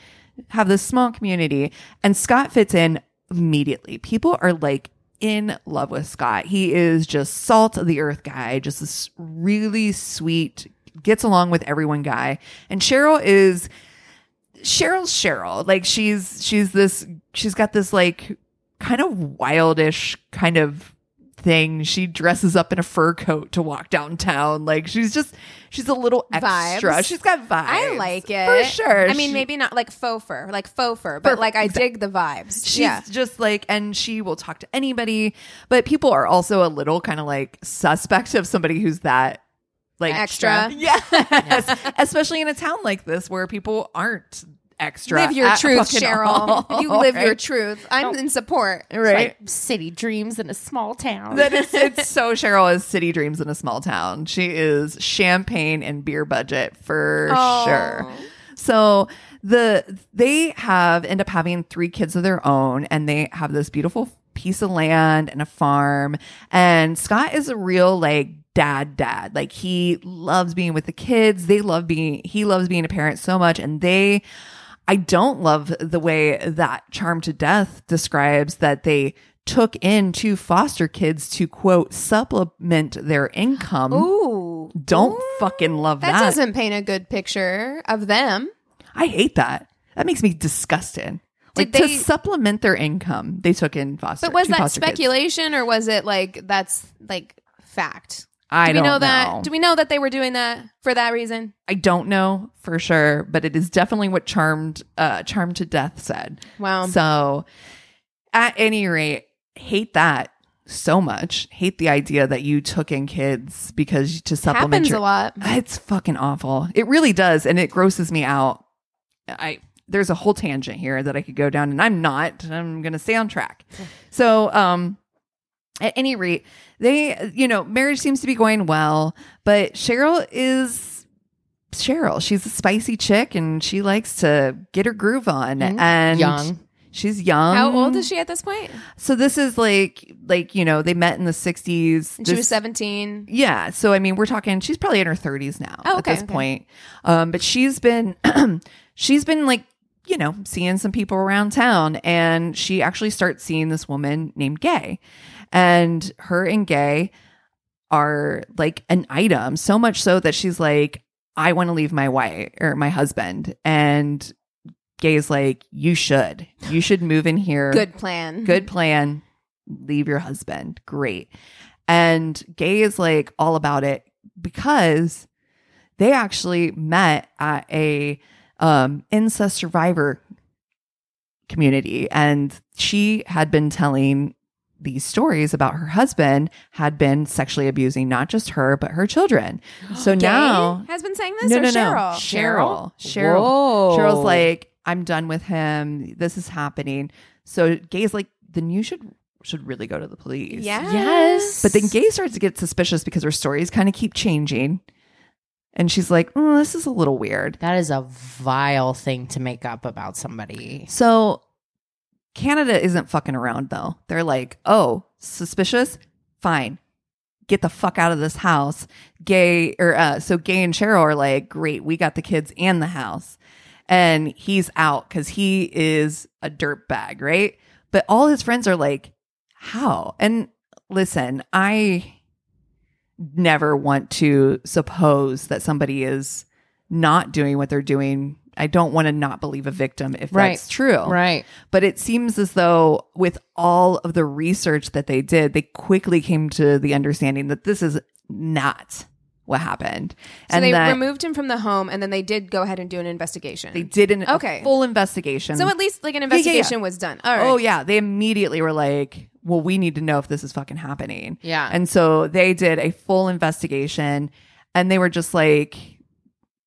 Speaker 1: have this small community. And Scott fits in immediately. People are like in love with Scott. He is just salt of the earth guy, just this really sweet, gets along with everyone guy. And Cheryl is Cheryl's Cheryl. Like she's she's this she's got this like kind of wildish kind of thing. She dresses up in a fur coat to walk downtown. Like she's just she's a little extra.
Speaker 3: Vibes.
Speaker 1: She's got vibes.
Speaker 3: I like it
Speaker 1: for sure.
Speaker 3: I mean,
Speaker 1: She-
Speaker 3: maybe not like faux fur, like faux fur, but
Speaker 1: Fur-
Speaker 3: like I dig the vibes.
Speaker 1: She's
Speaker 3: yeah,
Speaker 1: just like, and she will talk to anybody, but people are also a little kind of like suspect of somebody who's that like
Speaker 3: Extra.
Speaker 1: Yes. Especially in a town like this where people aren't extra.
Speaker 3: live your
Speaker 1: at
Speaker 3: truth,
Speaker 1: fucking
Speaker 3: Cheryl.
Speaker 1: all,
Speaker 3: you live your
Speaker 1: right?
Speaker 3: truth. I'm in support.
Speaker 1: Right.
Speaker 2: Like city dreams in a small town.
Speaker 1: that is it's so Cheryl is city dreams in a small town. She is champagne and beer budget for
Speaker 3: Oh.
Speaker 1: sure. So the they have end up having three kids of their own and they have this beautiful piece of land and a farm and Scott is a real like dad dad. Like he loves being with the kids. They love being he loves being a parent so much and they I don't love the way that Charm to Death describes that they took in two foster kids to quote supplement their income.
Speaker 3: Ooh,
Speaker 1: Don't fucking love
Speaker 3: that,
Speaker 1: that.
Speaker 3: doesn't paint a good picture of them.
Speaker 1: I hate that. That makes me disgusted. Like
Speaker 3: Did
Speaker 1: to
Speaker 3: they-
Speaker 1: supplement their income, they took in foster.
Speaker 3: But was
Speaker 1: two
Speaker 3: that
Speaker 1: foster kids.
Speaker 3: speculation or was it like that's like fact?
Speaker 1: I
Speaker 3: Do we
Speaker 1: don't
Speaker 3: know,
Speaker 1: know
Speaker 3: that? Do we know that they were doing that for that reason?
Speaker 1: I don't know for sure, but it is definitely what charmed uh charmed to death said.
Speaker 3: Wow.
Speaker 1: So at any rate, hate that so much. Hate the idea that you took in kids because to supplement
Speaker 3: Happens
Speaker 1: your
Speaker 3: a lot.
Speaker 1: it's fucking awful. It really does and it grosses me out. I there's a whole tangent here that I could go down and I'm not. I'm going to stay on track. So, um at any rate, they you know, marriage seems to be going well, but Cheryl is Cheryl, she's a spicy chick and she likes to get her groove on and
Speaker 2: Young.
Speaker 1: She's young.
Speaker 3: Mm-hmm. How old is she at this point?
Speaker 1: So this is like like you know they met in the sixties.
Speaker 3: And she was 17.
Speaker 1: Yeah. So I mean, we're talking. She's probably in her thirties now
Speaker 3: Oh,
Speaker 1: at
Speaker 3: okay,
Speaker 1: this
Speaker 3: okay.
Speaker 1: point. Um, but she's been she's been like you know seeing some people around town, and she actually starts seeing this woman named Gay, and her and Gay are like an item. So much so that she's like, I want to leave my wife or my husband, and Gay is like, you should, you should move in here
Speaker 3: Good plan.
Speaker 1: good plan leave your husband great and gay is like all about it because they actually met at a um incest survivor community and she had been telling these stories about her husband had been sexually abusing not just her but her children so
Speaker 3: Gay
Speaker 1: now
Speaker 3: has been saying this
Speaker 1: no
Speaker 3: or
Speaker 1: no
Speaker 3: Cheryl?
Speaker 1: no cheryl cheryl
Speaker 2: Whoa.
Speaker 1: Cheryl's like, I'm done with him. This is happening. So Gay's like, then you should should really go to the police.
Speaker 3: Yes.
Speaker 2: Yes.
Speaker 1: But then Gay starts to get suspicious because her stories kind of keep changing. And she's like, "Mm, this is a little weird.
Speaker 2: That is a vile thing to make up about somebody.
Speaker 1: So Canada isn't fucking around though. They're like, oh, suspicious? Fine. Get the fuck out of this house. Gay or uh so Gay and Cheryl are like, great, we got the kids and the house. And he's out because he is a dirt bag, right? But all his friends are like, how? And listen, I never want to suppose that somebody is not doing what they're doing. I don't want to not believe a victim if
Speaker 2: Right.
Speaker 1: that's true.
Speaker 2: Right.
Speaker 1: But it seems as though, with all of the research that they did, they quickly came to the understanding that this is not what happened.
Speaker 3: So
Speaker 1: and
Speaker 3: they
Speaker 1: that
Speaker 3: removed him from the home, and then they did go ahead and do an investigation.
Speaker 1: they did an, okay.
Speaker 3: Okay.
Speaker 1: full investigation.
Speaker 3: so at least like an
Speaker 1: yeah, yeah.
Speaker 3: investigation was done. All right.
Speaker 1: Oh, yeah. They immediately were like, well, we need to know if this is fucking happening.
Speaker 2: Yeah.
Speaker 1: And so they did a full investigation and they were just like,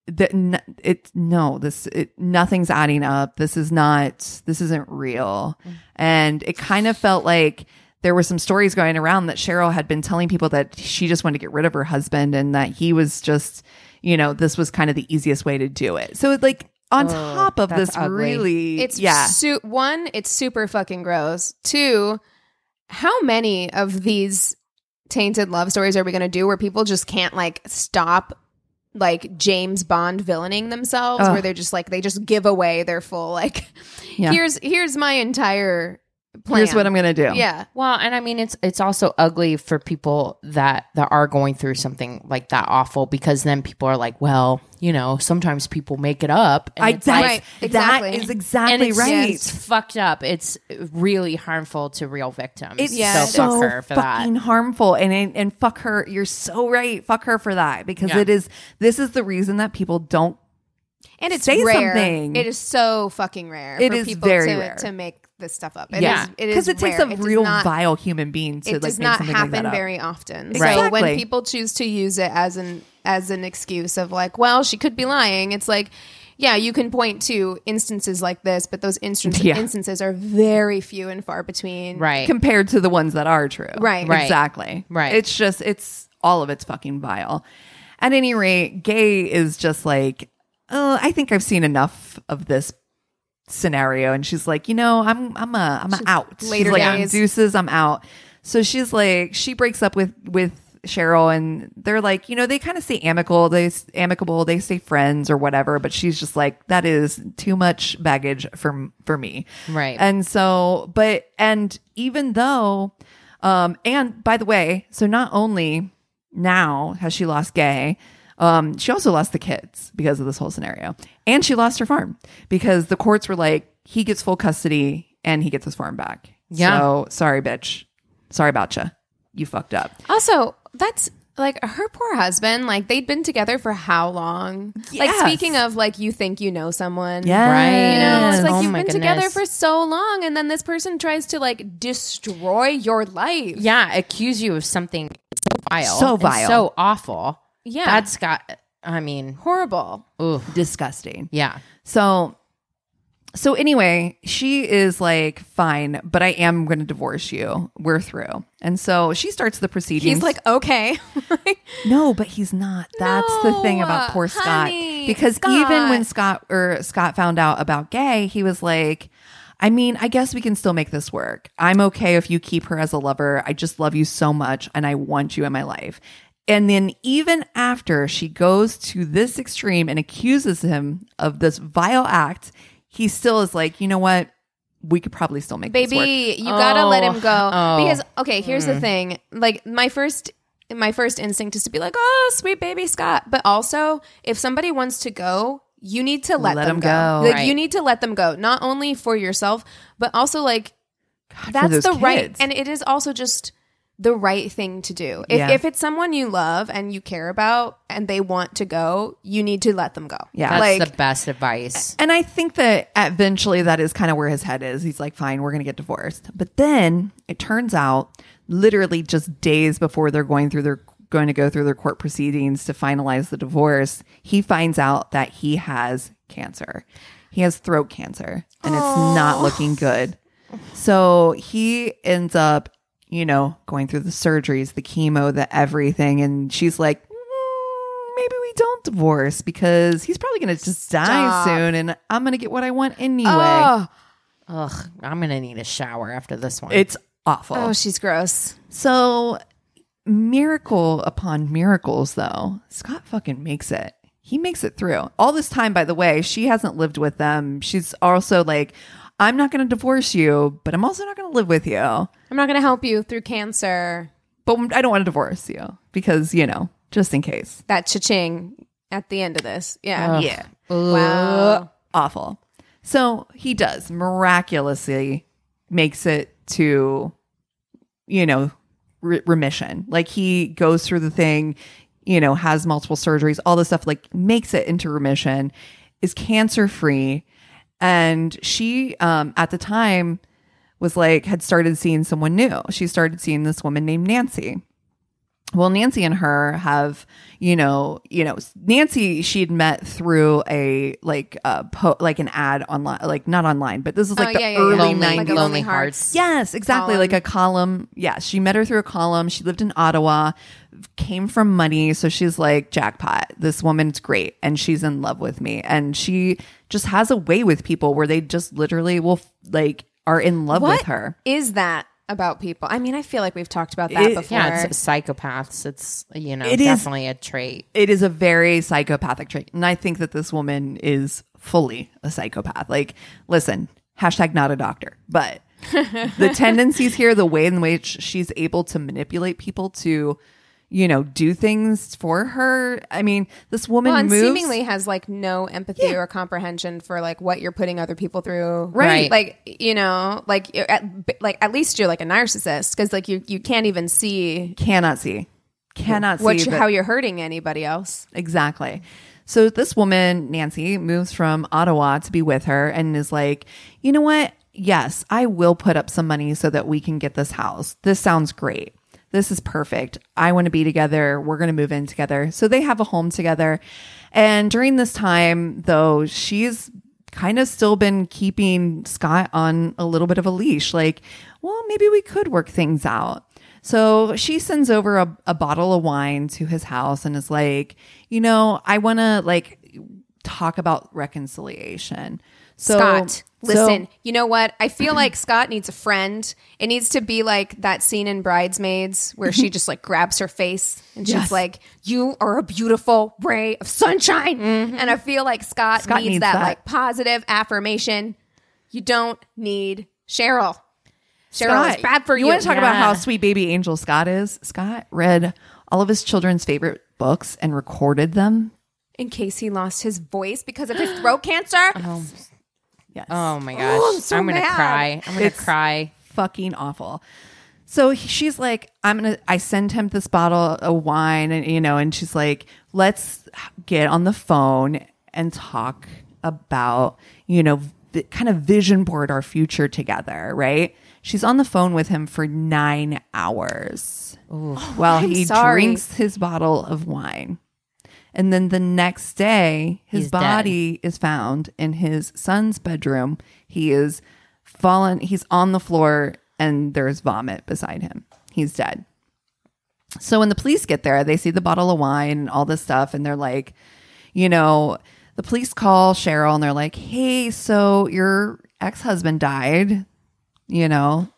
Speaker 1: that n- it no this it nothing's adding up this is not this isn't real
Speaker 3: Mm.
Speaker 1: and it kind of felt like there were some stories going around that Cheryl had been telling people that she just wanted to get rid of her husband and that he was just you know this was kind of the easiest way to do it so it, like on
Speaker 2: Oh,
Speaker 1: top of
Speaker 2: that's
Speaker 1: this
Speaker 2: ugly.
Speaker 1: really
Speaker 3: It's
Speaker 1: yeah
Speaker 3: su- one, it's super fucking gross. Two, how many of these tainted love stories are we going to do where people just can't like stop like James Bond villaining themselves
Speaker 1: Ugh.
Speaker 3: where they're just like they just give away their full like
Speaker 1: Yeah.
Speaker 3: here's here's my entire plan.
Speaker 1: here's what I'm gonna do
Speaker 3: Yeah.
Speaker 2: Well, and I mean it's it's also ugly for people that that are going through something like that awful because then people are like, well, you know, sometimes people make it up. And
Speaker 1: I,
Speaker 2: it's like-
Speaker 1: that's-
Speaker 3: Right,
Speaker 1: That
Speaker 3: exactly.
Speaker 1: is
Speaker 2: and
Speaker 1: exactly
Speaker 2: it's,
Speaker 1: right.
Speaker 2: it's fucked up. It's really harmful to real victims.
Speaker 1: It's
Speaker 3: Yeah.
Speaker 1: so,
Speaker 2: so, fuck her for that.
Speaker 1: fucking harmful, and, and and fuck her. You're so right. Fuck her for that because
Speaker 2: Yeah.
Speaker 1: it is. This is the reason that people don't.
Speaker 3: And it's
Speaker 1: Say
Speaker 3: rare.
Speaker 1: something.
Speaker 3: It is so fucking rare
Speaker 1: It
Speaker 3: for
Speaker 1: is
Speaker 3: people
Speaker 1: very
Speaker 3: to,
Speaker 1: rare.
Speaker 3: to make this stuff up.
Speaker 2: Yeah.
Speaker 3: yeah. it is
Speaker 1: because it takes
Speaker 3: rare.
Speaker 1: a
Speaker 3: does
Speaker 1: real
Speaker 3: not-
Speaker 1: vile human being to
Speaker 3: it
Speaker 1: like
Speaker 3: does
Speaker 1: make
Speaker 3: not
Speaker 1: something
Speaker 3: happen
Speaker 1: like that up.
Speaker 3: very often. So
Speaker 1: Exactly.
Speaker 3: when people choose to use it as an as an excuse of like, well, she could be lying, it's like, yeah, you can point to instances like this, but those instances
Speaker 1: Yeah.
Speaker 3: instances are very few and far between.
Speaker 2: right.
Speaker 1: compared to the ones that are true.
Speaker 3: Right. Right.
Speaker 1: Exactly.
Speaker 2: Right.
Speaker 1: It's just it's all of it's fucking vile. At any rate, gay is just like, oh, I think I've seen enough of this scenario. And she's like, you know, I'm I'm a I'm out.
Speaker 3: later
Speaker 1: she's like, I'm
Speaker 3: days.
Speaker 1: deuces, I'm out. So she's like, she breaks up with with Cheryl and they're like, you know, they kind of say amicable, they s- amicable, they say friends or whatever, but she's just like, that is too much baggage for for me.
Speaker 2: Right.
Speaker 1: And so, but, and even though, um, and by the way, so not only now has she lost gay, um, she also lost the kids because of this whole scenario. And she lost her farm because the courts were like, he gets full custody and he gets his farm back.
Speaker 2: Yeah.
Speaker 1: So sorry, bitch. Sorry about you. You fucked up.
Speaker 3: Also, that's like her poor husband, like they'd been together for how long? Like
Speaker 1: Yes.
Speaker 3: speaking of like you think you know someone.
Speaker 2: Right.
Speaker 3: You know, it's like
Speaker 2: Oh
Speaker 3: you've
Speaker 2: my
Speaker 3: been together
Speaker 2: goodness.
Speaker 3: for so long and then this person tries to like destroy your life.
Speaker 2: yeah, accuse you of something so vile,
Speaker 1: So
Speaker 2: and
Speaker 1: vile.
Speaker 2: so awful.
Speaker 3: Yeah.
Speaker 2: That's got. I mean,
Speaker 3: horrible.
Speaker 2: oof.
Speaker 1: Disgusting.
Speaker 2: Yeah.
Speaker 1: So so anyway, she is like, fine, but I am going to divorce you. We're through. And so she starts the proceedings.
Speaker 3: He's like, okay.
Speaker 1: no, but he's not. That's the thing
Speaker 3: No,
Speaker 1: about poor Scott.
Speaker 3: honey,
Speaker 1: because even when
Speaker 3: Scott.
Speaker 1: Scott or Scott found out about gay, he was like, I mean, I guess we can still make this work. I'm okay if you keep her as a lover. I just love you so much and I want you in my life. And then even after she goes to this extreme and accuses him of this vile act, he still is like, you know what? We could probably still make this work. Mm.
Speaker 3: baby you gotta
Speaker 2: Oh.
Speaker 3: let him go
Speaker 2: Oh.
Speaker 3: because okay here's the thing like my first my first instinct is to be like oh sweet baby scott but also if somebody wants to go you need to let,
Speaker 1: Let
Speaker 3: them
Speaker 1: 'em
Speaker 3: go,
Speaker 1: go.
Speaker 3: like you
Speaker 2: Right.
Speaker 3: need to let them go not only for yourself but also like
Speaker 1: God, for
Speaker 3: that's
Speaker 1: those
Speaker 3: the right
Speaker 1: kids.
Speaker 3: and it is also just the right thing to do if,
Speaker 1: Yeah.
Speaker 3: if it's someone you love and you care about and they want to go you need to let them go
Speaker 1: Yeah.
Speaker 2: That's
Speaker 3: like
Speaker 2: the best advice.
Speaker 1: And I think that eventually that is kind of where his head is. He's like, fine, we're going to get divorced. But then it turns out, literally just days before they're going through their going to go through their court proceedings to finalize the divorce, he finds out that he has cancer. He has throat cancer and it's not looking good. So he ends up, you know, going through the surgeries, the chemo, the everything. And she's like, "Mm, maybe we don't divorce because he's probably going to just die
Speaker 3: Stop.
Speaker 1: soon and I'm going to get what I want anyway.
Speaker 3: Oh,
Speaker 2: Ugh, I'm gonna need a shower after this one.
Speaker 1: It's awful.
Speaker 3: oh, she's gross.
Speaker 1: So, miracle upon miracles, though, Scott fucking makes it. He makes it through. All this time, by the way, she hasn't lived with them. She's also like, I'm not going to divorce you, but I'm also not going to live with you.
Speaker 3: I'm not going to help you through cancer.
Speaker 1: But I don't want to divorce you because, you know, just in case.
Speaker 3: That cha-ching at the end of this. Yeah.
Speaker 2: Ugh.
Speaker 1: Yeah.
Speaker 3: Wow.
Speaker 1: Awful. So, he does miraculously makes it to, you know, re- remission. Like he goes through the thing, you know, has multiple surgeries, all this stuff, like makes it into remission, is cancer free. And she, um, at the time, was like, had started seeing someone new. She started seeing this woman named Nancy. Well, Nancy and her have, you know, you know, Nancy she'd met through a like uh po- like an ad online, like not online, but this is like
Speaker 3: Oh,
Speaker 1: the
Speaker 3: yeah, yeah, yeah.
Speaker 1: early
Speaker 2: lonely,
Speaker 3: Like
Speaker 1: nineties.
Speaker 3: a
Speaker 2: lonely
Speaker 3: Lonely
Speaker 2: hearts.
Speaker 3: Hearts.
Speaker 1: Yes, exactly.
Speaker 3: column.
Speaker 1: Like a column. Yeah, she met her through a column. She lived in Ottawa, came from money. So she's like, jackpot. This woman's great. And she's in love with me. And she just has a way with people where they just literally will, like, are in love
Speaker 3: What
Speaker 1: with her.
Speaker 3: Is that about people? I mean, I feel like we've talked about that
Speaker 1: It-
Speaker 3: before.
Speaker 2: Yeah, it's psychopaths. It's you know
Speaker 1: It is-
Speaker 2: definitely a trait.
Speaker 1: It is a very psychopathic trait. And I think that this woman is fully a psychopath. Like, listen, hashtag not a doctor, but the tendencies here, the way in which she's able to manipulate people to, you know, do things for her. I mean, this woman
Speaker 3: well, and
Speaker 1: moves.
Speaker 3: seemingly has like no empathy or comprehension for like what you're putting other people through.
Speaker 2: Right.
Speaker 3: Like, you know, like you're at, like at least you're like a narcissist cuz like you you can't even see
Speaker 1: cannot see, cannot
Speaker 3: what
Speaker 1: see
Speaker 3: you,
Speaker 1: that-
Speaker 3: how you're hurting anybody else.
Speaker 1: Exactly. So this woman, Nancy, moves from Ottawa to be with her and is like, you know what? Yes, I will put up some money so that we can get this house. This sounds great. This is perfect. I want to be together. We're going to move in together. So they have a home together. And during this time, though, she's kind of still been keeping Scott on a little bit of a leash. Like, well, maybe we could work things out. So she sends over a, a bottle of wine to his house and is like, you know, I want to like talk about reconciliation. So,
Speaker 3: Scott, listen.
Speaker 1: so-
Speaker 3: you know what? I feel like Scott needs a friend. It needs to be like that scene in Bridesmaids where she just like grabs her face and she's like, "You are a beautiful ray of sunshine." And I feel like Scott,
Speaker 1: Scott
Speaker 3: needs,
Speaker 1: needs
Speaker 3: that,
Speaker 1: that.
Speaker 3: like positive affirmation. You don't need Cheryl. Cheryl
Speaker 1: Scott,
Speaker 3: is bad for you.
Speaker 1: want to talk about
Speaker 2: Yeah.
Speaker 1: how sweet baby angel Scott is? Scott read all of his children's favorite books and recorded them.
Speaker 3: in case he lost his voice because of his throat cancer.
Speaker 1: Yes.
Speaker 2: Oh my gosh,
Speaker 3: I'm so
Speaker 2: gonna
Speaker 3: mad.
Speaker 2: cry. I'm gonna
Speaker 1: It's-
Speaker 2: cry.
Speaker 1: fucking awful. So he- she's like, I'm gonna. I send him this bottle of wine, and you know, and she's like, let's get on the phone and talk about, you know, vi- kind of vision board our future together, right? She's on the phone with him for nine hours while he
Speaker 3: sorry.
Speaker 1: drinks his bottle of wine. And then the next day, his
Speaker 2: He's dead.
Speaker 1: body is found in his son's bedroom. He is fallen, he's on the floor, and there's vomit beside him. He's dead. So when the police get there, they see the bottle of wine and all this stuff, and they're like, you know, the police call Cheryl and they're like, hey, so your ex husband died, you know,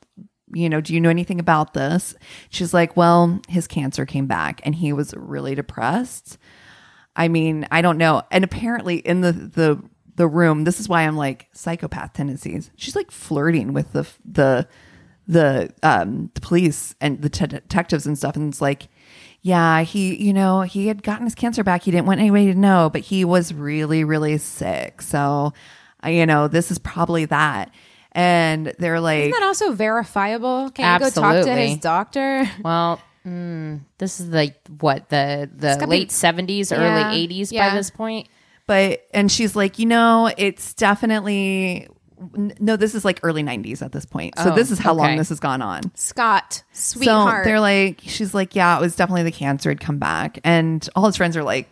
Speaker 1: you know, do you know anything about this? She's like, well, his cancer came back and he was really depressed. I mean, I don't know. And apparently in the the the room, this is why I'm like psychopath tendencies. She's like flirting with the the the um the police and the te- detectives and stuff and it's like yeah, he, you know, he had gotten his cancer back. He didn't want anybody to know, but he was really, really sick. So, uh, you know, this is probably that. And they're like,
Speaker 3: Isn't that also verifiable? Can you go talk to
Speaker 2: Absolutely.
Speaker 3: his doctor?
Speaker 2: Well, mm, this is like what the the
Speaker 3: gotta
Speaker 2: late
Speaker 3: be-
Speaker 2: seventies,
Speaker 3: Yeah,
Speaker 2: early eighties by
Speaker 3: yeah.
Speaker 2: this point.
Speaker 1: but and she's like you know it's definitely n- no this is like early 90s at this point so
Speaker 2: Oh,
Speaker 1: this is how long
Speaker 2: okay.
Speaker 1: this has gone on
Speaker 3: Scott, sweetheart.
Speaker 1: so they're like she's like yeah it was definitely the cancer had come back and all his friends are like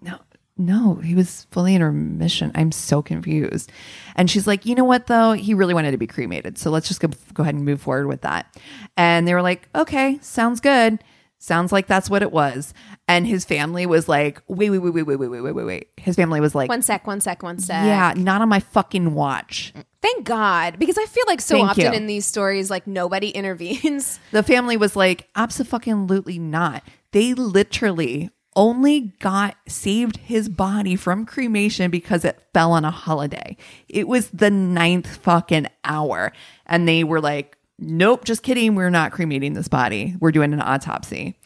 Speaker 1: no No, he was fully in remission. I'm so confused. And she's like, you know what, though? He really wanted to be cremated. So let's just go, go ahead and move forward with that. And they were like, okay, sounds good. Sounds like that's what it was. And his family was like, wait, wait, wait, wait, wait, wait, wait, wait, wait, wait. His family was like,
Speaker 3: One sec, one sec, one sec.
Speaker 1: yeah, not on my fucking watch.
Speaker 3: Thank God. Because I feel like so
Speaker 1: Thank
Speaker 3: often
Speaker 1: you.
Speaker 3: in these stories, like nobody intervenes.
Speaker 1: The family was like, absolutely not. They literally only got saved his body from cremation because it fell on a holiday. It was the ninth fucking hour. And they were like, nope, just kidding. We're not cremating this body. We're doing an autopsy.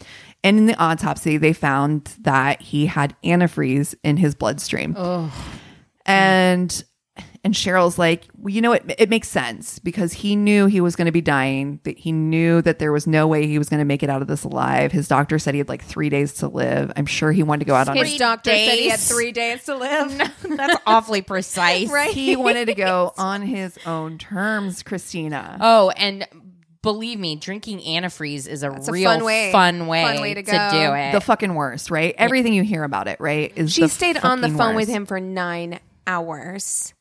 Speaker 1: And in the autopsy, they found that he had antifreeze in his bloodstream and and Cheryl's like, well, you know, it it makes sense because he knew he was going to be dying. That he knew that there was no way he was going to make it out of this alive. His doctor said he had like three days to live. I'm sure he wanted to go out on.
Speaker 3: His
Speaker 1: A,
Speaker 3: doctor said he had
Speaker 2: days.
Speaker 3: three days to live.
Speaker 2: That's awfully precise.
Speaker 3: Right.
Speaker 1: he wanted to go on his own terms, Christina.
Speaker 2: Oh, and believe me, drinking antifreeze is a
Speaker 3: a
Speaker 2: real
Speaker 3: fun way-
Speaker 2: fun way,
Speaker 3: fun way to
Speaker 2: to,
Speaker 3: go.
Speaker 2: do it.
Speaker 1: the fucking worst, right? Everything you hear about it, right? Is
Speaker 3: She
Speaker 1: the
Speaker 3: stayed on the
Speaker 1: fucking
Speaker 3: phone with
Speaker 1: worst.
Speaker 3: him for nine hours.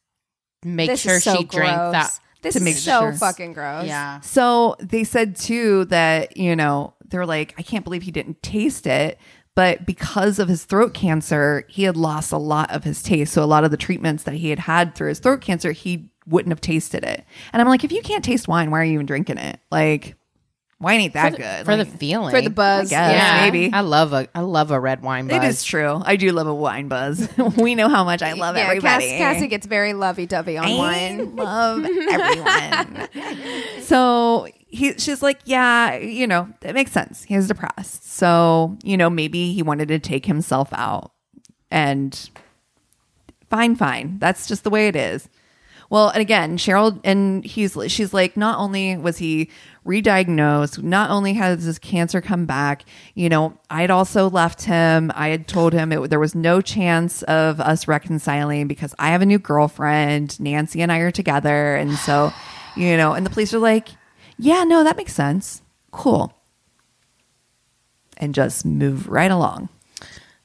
Speaker 2: Make
Speaker 3: this
Speaker 2: sure
Speaker 3: is so
Speaker 2: she drank
Speaker 3: gross.
Speaker 2: that.
Speaker 3: This
Speaker 1: To make
Speaker 3: is so
Speaker 1: sure.
Speaker 3: fucking gross.
Speaker 2: Yeah.
Speaker 1: So they said too that, you know, they're like, I can't believe he didn't taste it. But because of his throat cancer, he had lost a lot of his taste. So a lot of the treatments that he had had through his throat cancer, he wouldn't have tasted it. And I'm like, if you can't taste wine, why are you even drinking it? Like, wine ain't that good.
Speaker 2: For
Speaker 1: Like,
Speaker 2: the feeling.
Speaker 3: For the buzz.
Speaker 1: guess.
Speaker 2: Yeah.
Speaker 1: maybe.
Speaker 2: I love a I love a red wine buzz.
Speaker 1: it is true. I do love a wine buzz. we know how much I love
Speaker 3: Yeah, Cass-
Speaker 1: everybody.
Speaker 3: Cassie gets very lovey dovey on
Speaker 1: I
Speaker 3: wine.
Speaker 1: love everyone. so he, she's like, yeah, you know, it makes sense. He was depressed. So, you know, maybe he wanted to take himself out and fine, fine. That's just the way it is. Well, and again, Cheryl and he's she's like, not only was he re-diagnosed, not only has his cancer come back, you know, I had also left him. I had told him it, there was no chance of us reconciling because I have a new girlfriend. Nancy and I are together, and so, you know, and the police are like, yeah, no, that makes sense, cool, and just move right along.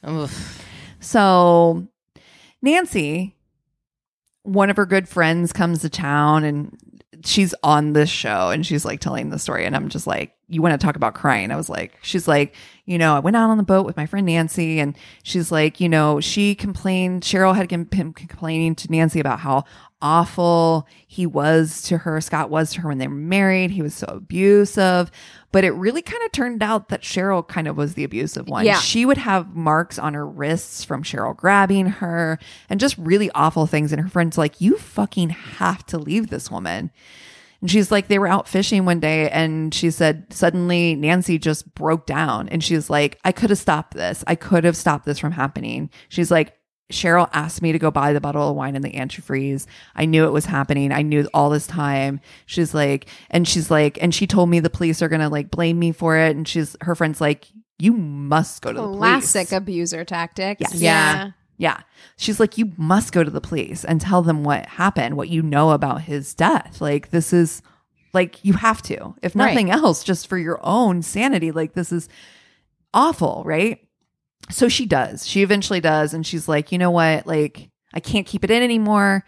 Speaker 2: Oof.
Speaker 1: So Nancy, one of her good friends comes to town and she's on this show and she's like telling the story. And I'm just like, you want to talk about crying? I was like, she's like, you know, I went out on the boat with my friend Nancy and she's like, you know, she complained, Cheryl had com- been complaining to Nancy about how awful he was to her, Scott was to her when they were married. He was so abusive. But it really kind of turned out that Cheryl kind of was the abusive one.
Speaker 3: Yeah.
Speaker 1: She would have marks on her wrists from Cheryl grabbing her and just really awful things. And her friend's like, You fucking have to leave this woman. And she's like, They were out fishing one day and she said, Suddenly Nancy just broke down. And she's like, I could have stopped this. I could have stopped this from happening. She's like, Cheryl asked me to go buy the bottle of wine and the antifreeze. I knew it was happening. I knew all this time. She's like, and she's like, and she told me the police are going to like blame me for it. And she's, her friend's like, you must go to the police.
Speaker 3: Classic abuser tactics.
Speaker 1: Yes.
Speaker 2: Yeah.
Speaker 1: Yeah. She's like, you must go to the police and tell them what happened, what you know about his death. Like, this is like, you have to, if
Speaker 2: Right.
Speaker 1: nothing else, just for your own sanity. Like, this is awful, right? So she does. She eventually does. And she's like, you know what? Like, I can't keep it in anymore.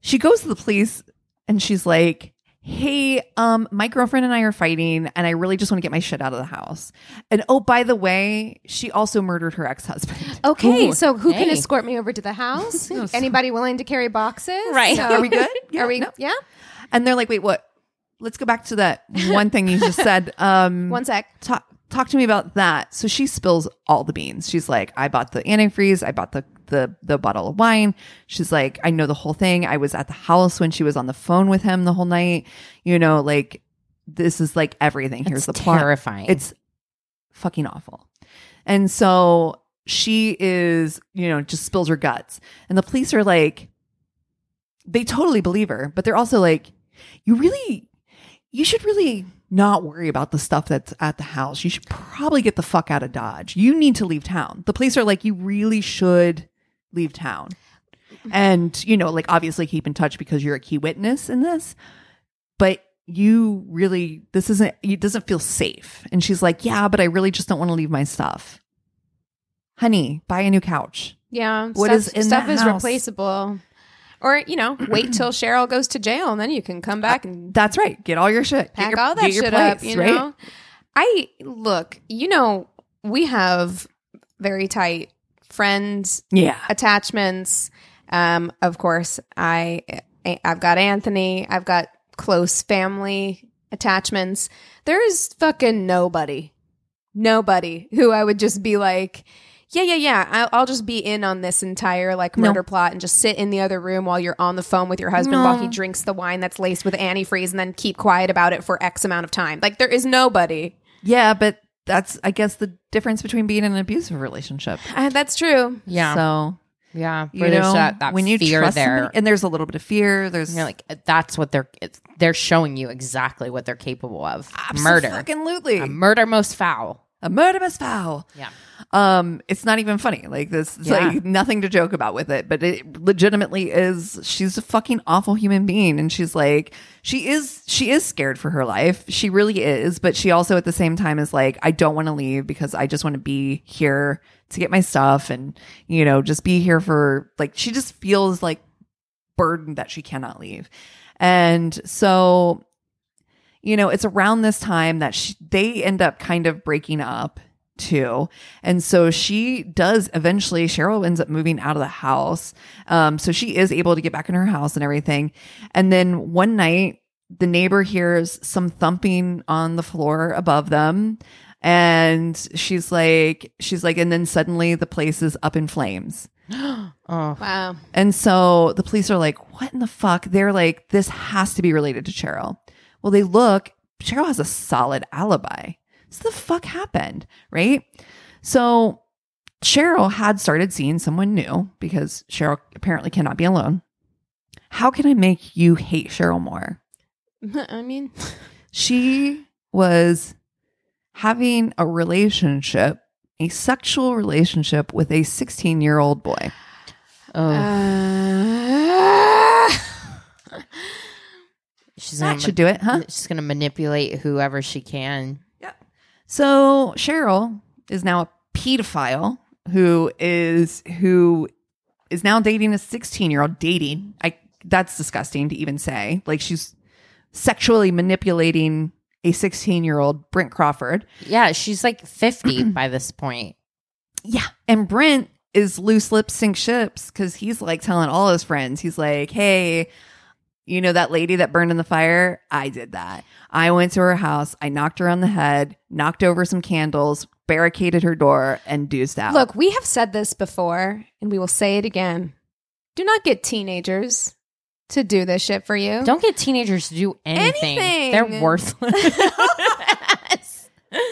Speaker 1: She goes to the police and she's like, Hey, um, my girlfriend and I are fighting, and I really just want to get my shit out of the house. And oh, by the way, she also murdered her ex husband.
Speaker 3: Okay,
Speaker 2: Ooh,
Speaker 3: so who can
Speaker 2: hey.
Speaker 3: escort me over to the house? Anybody willing to carry boxes?
Speaker 2: Right.
Speaker 3: So-
Speaker 1: Are we good? Yeah,
Speaker 3: Are we?
Speaker 1: no.
Speaker 3: Yeah.
Speaker 1: And they're like, wait, what? Let's go back to that one thing you just said. Um,
Speaker 3: One sec.
Speaker 1: talk talk to me about that. So she spills all the beans. She's like, I bought the antifreeze, I bought the the the bottle of wine. She's like, I know the whole thing. I was at the house when she was on the phone with him the whole night. You know, like this is like everything. Here's the
Speaker 2: That's
Speaker 1: plot.
Speaker 2: terrifying.
Speaker 1: It's fucking awful. And so she is, you know, just spills her guts. And the police are like, they totally believe her, but they're also like, you really, you should really not worry about the stuff that's at the house. You should probably get the fuck out of Dodge. You need to leave town. The police are like, you really should leave town. And, you know, like obviously keep in touch because you're a key witness in this but you really this isn't it doesn't feel safe and she's like yeah but i really just don't want to leave my stuff honey buy a new couch
Speaker 3: Yeah.
Speaker 1: What
Speaker 3: stuff,
Speaker 1: is in
Speaker 3: stuff
Speaker 1: that
Speaker 3: is
Speaker 1: house?
Speaker 3: replaceable. Or, you know, wait till Cheryl goes to jail and then you can come back and
Speaker 1: That's right. Uh, Get all your shit. Get
Speaker 3: pack
Speaker 1: your-
Speaker 3: all that
Speaker 1: get your
Speaker 3: shit up,
Speaker 1: place,
Speaker 3: you know? I look, you know, we have very tight friends,
Speaker 1: Yeah.
Speaker 3: attachments. Um, of course, I I've got Anthony, I've got close family attachments. There is fucking nobody. Nobody who I would just be like yeah, yeah, yeah. I'll, I'll just be in on this entire like murder plot and just sit in the other room while you're on the phone with your husband while he drinks the wine that's laced with antifreeze and then keep quiet about it for X amount of time. Like there is nobody.
Speaker 1: Yeah, but that's I guess the difference between being in an abusive relationship.
Speaker 3: Uh, that's true.
Speaker 2: Yeah.
Speaker 1: So
Speaker 2: yeah.
Speaker 1: you
Speaker 2: Where there's
Speaker 1: know
Speaker 2: that, that
Speaker 1: when you
Speaker 2: fear
Speaker 1: trust
Speaker 2: there.
Speaker 1: somebody- and there's a little bit of fear. There's
Speaker 2: And you're like, that's what they're it's- they're showing you exactly what they're capable of. Murder.
Speaker 1: absolutely
Speaker 2: A murder most foul.
Speaker 1: a murderous foul.
Speaker 2: Yeah.
Speaker 1: Um, it's not even funny. Like this, it's
Speaker 2: Yeah.
Speaker 1: like nothing to joke about with it. But it legitimately is. She's a fucking awful human being, and she's like, she is, she is scared for her life. She really is. But she also, at the same time, is like, I don't want to leave because I just want to be here to get my stuff, and you know, just be here for like. She just feels like burdened that she cannot leave, and so you know, it's around this time that she, they end up kind of breaking up too. And so she does eventually, Cheryl ends up moving out of the house. Um, so she is able to get back in her house and everything. And then one night, the neighbor hears some thumping on the floor above them. And she's like, she's like, and then suddenly the place is up in flames.
Speaker 2: Oh.
Speaker 3: Wow.
Speaker 1: And so the police are like, what in the fuck? They're like, this has to be related to Cheryl. Well, they look, Cheryl has a solid alibi. So the fuck happened, right? So Cheryl had started seeing someone new because Cheryl apparently cannot be alone. How can I make you hate Cheryl more?
Speaker 3: I mean,
Speaker 1: She was having a relationship, a sexual relationship with a 16 year old boy.
Speaker 2: Oh.
Speaker 3: uh,
Speaker 2: she's gonna
Speaker 1: That should do it, huh?
Speaker 2: She's going to manipulate whoever she can.
Speaker 1: So Cheryl is now a pedophile who is who is now dating a 16 year old dating. I that's disgusting to even say. Like she's sexually manipulating a 16 year old Brent Crawford.
Speaker 2: Yeah, she's like 50 by this point.
Speaker 1: Yeah. And Brent is loose lip sink ships because he's like telling all his friends, he's like, hey, you know that lady that burned in the fire? I did that. I went to her house, I knocked her on the head, knocked over some candles, barricaded her door, and deuced out.
Speaker 3: look, we have said this before and we will say it again. Do not get teenagers to do this shit for you.
Speaker 2: Don't get teenagers to do anything.
Speaker 3: Anything.
Speaker 2: They're worthless.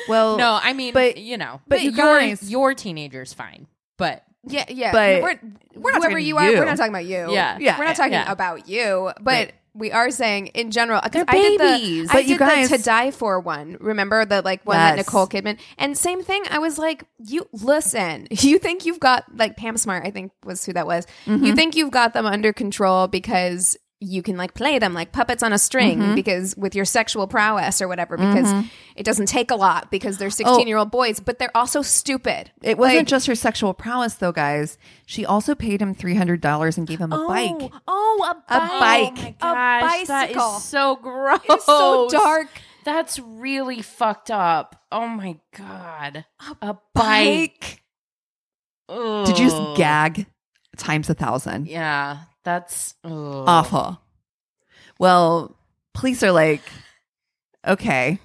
Speaker 1: well,
Speaker 2: no, I mean,
Speaker 1: but-
Speaker 2: but you know,
Speaker 1: but you
Speaker 2: your,
Speaker 1: guys-
Speaker 2: your teenager's fine. But
Speaker 3: Yeah, yeah.
Speaker 1: But
Speaker 3: we're, we're not
Speaker 1: we're
Speaker 3: talking
Speaker 1: talking
Speaker 3: you are.
Speaker 1: you.
Speaker 3: We're not talking about you.
Speaker 2: Yeah.
Speaker 1: Yeah.
Speaker 3: We're not talking
Speaker 2: Yeah.
Speaker 3: about you. But we are saying in general. 'cause
Speaker 2: They're
Speaker 3: I did the-
Speaker 2: babies.
Speaker 3: I
Speaker 1: But
Speaker 3: did
Speaker 1: you guys-
Speaker 3: the to die for one. Remember the like one that
Speaker 1: Yes.
Speaker 3: Nicole Kidman and same thing. I was like, you listen. You think you've got like Pam Smart. I think was who that was. You think you've got them under control because you can like play them like puppets on a string because with your sexual prowess or whatever because it doesn't take a lot because they're 16 year old boys but they're also stupid
Speaker 1: it wasn't
Speaker 3: Like-
Speaker 1: just her sexual prowess, though, guys. She also paid him $300 and gave him a
Speaker 2: Oh,
Speaker 1: bike.
Speaker 3: Oh, a
Speaker 1: A
Speaker 3: bike.
Speaker 1: bike.
Speaker 3: gosh, that
Speaker 2: that
Speaker 3: is
Speaker 2: is so gross.
Speaker 3: It's so dark.
Speaker 2: That's really fucked up. Oh my god. A,
Speaker 3: Bike.
Speaker 1: Did you
Speaker 2: Ugh.
Speaker 1: just gag times a thousand?
Speaker 2: Yeah, that's ugh.
Speaker 1: awful. Well, police are like, okay,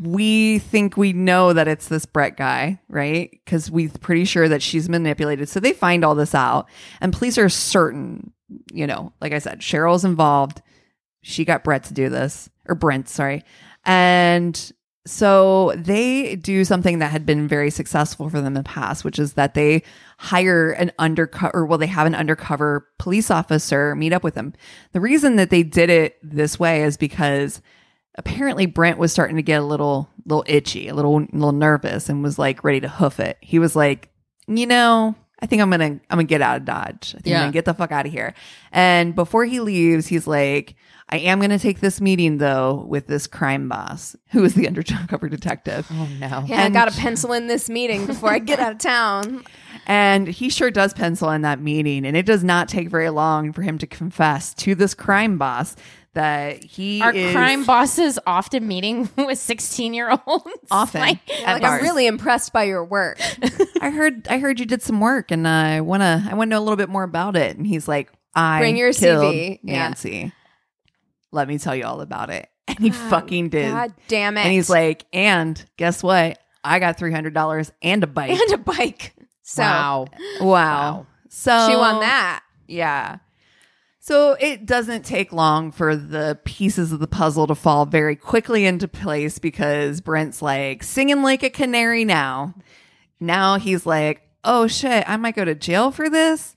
Speaker 1: we think we know that it's this Brett guy, right? Because we're pretty sure that she's manipulated. So they find all this out, and police are certain, you know, like I said, Cheryl's involved. She got Brett to do this, or Brent, sorry. And so they do something that had been very successful for them in the past, which is that they hire an undercover, well, they have an undercover police officer meet up with them. The reason that they did it this way is because apparently Brent was starting to get a little, little itchy, a little, little nervous, and was like ready to hoof it. He was like, you know, I think I'm gonna, I'm gonna get out of Dodge. I think I'm
Speaker 2: Yeah.
Speaker 1: gonna get the fuck out of here. And before he leaves, he's like, I am gonna take this meeting though with this crime boss who is the undercover detective.
Speaker 2: Oh no.
Speaker 3: Yeah,
Speaker 1: And-
Speaker 3: I got to pencil in this meeting before I get out of town.
Speaker 1: And he sure does pencil in that meeting. And it does not take very long for him to confess to this crime boss that he
Speaker 2: Are
Speaker 1: is
Speaker 2: crime bosses often meeting with 16 year olds?
Speaker 1: often
Speaker 2: Like,
Speaker 1: at
Speaker 3: Like,
Speaker 1: bars.
Speaker 3: I'm really impressed by your work.
Speaker 1: I heard I heard you did some work and I wanna I wanna know a little bit more about it. And he's like, I
Speaker 3: Bring your
Speaker 1: killed
Speaker 3: CV. Yeah.
Speaker 1: Nancy. Let me tell you all about it. And he fucking did.
Speaker 3: God damn it.
Speaker 1: and he's like, and guess what? I got three hundred dollars and a bike.
Speaker 3: and a bike. So
Speaker 2: wow.
Speaker 1: wow. So
Speaker 3: she won that.
Speaker 1: Yeah. So it doesn't take long for the pieces of the puzzle to fall very quickly into place because Brent's like singing like a canary now. Now he's like, oh shit, I might go to jail for this?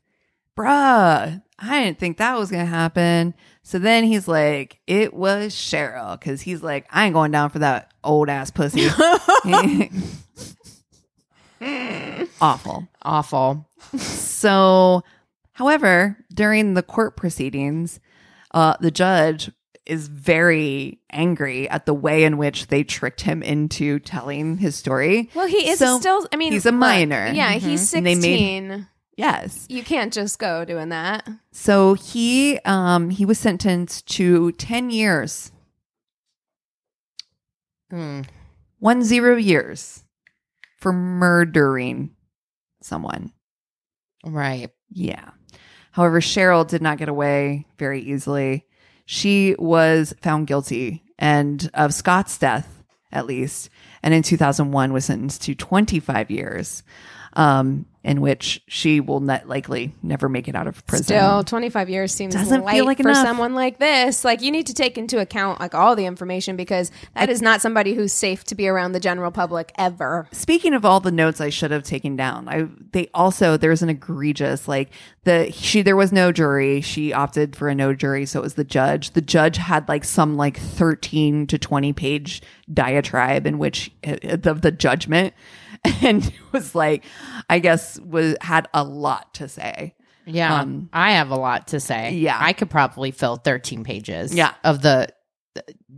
Speaker 1: Bruh, I didn't think that was going to happen. So then he's like, it was Cheryl because he's like, I ain't going down for that old ass pussy. Awful.
Speaker 2: Awful.
Speaker 1: So, however, during the court proceedings, uh, the judge is very angry at the way in which they tricked him into telling his story.
Speaker 3: Well, he is
Speaker 1: So,
Speaker 3: still. I mean,
Speaker 1: he's a
Speaker 3: look,
Speaker 1: minor.
Speaker 3: Yeah, he's
Speaker 1: And they made-
Speaker 3: sixteen.
Speaker 1: Yes.
Speaker 3: you can't just go doing that.
Speaker 1: So he um, he was sentenced to ten years,
Speaker 2: Hmm.
Speaker 1: one zero years, for murdering someone.
Speaker 2: Right.
Speaker 1: Yeah. However, Cheryl did not get away very easily. She was found guilty and of Scott's death, at least, and in 2001 was sentenced to 25 years, um, in which she will not likely never make it out of prison.
Speaker 3: Still, twenty five years seems
Speaker 1: Doesn't feel
Speaker 3: light
Speaker 1: like
Speaker 3: for
Speaker 1: enough.
Speaker 3: someone like this. Like you need to take into account like all the information because that is not somebody who's safe to be around the general public ever.
Speaker 1: Speaking of all the notes I should have taken down, I they also there's an egregious like the she there was no jury. She opted for a no jury, so it was the judge. The judge had like some like 13 to 20 page diatribe in which uh, the, the judgment and was like I guess was had a lot to say.
Speaker 2: Yeah. Um, I have a lot to say.
Speaker 1: yeah.
Speaker 2: I could probably fill 13 pages
Speaker 1: Yeah.
Speaker 2: of the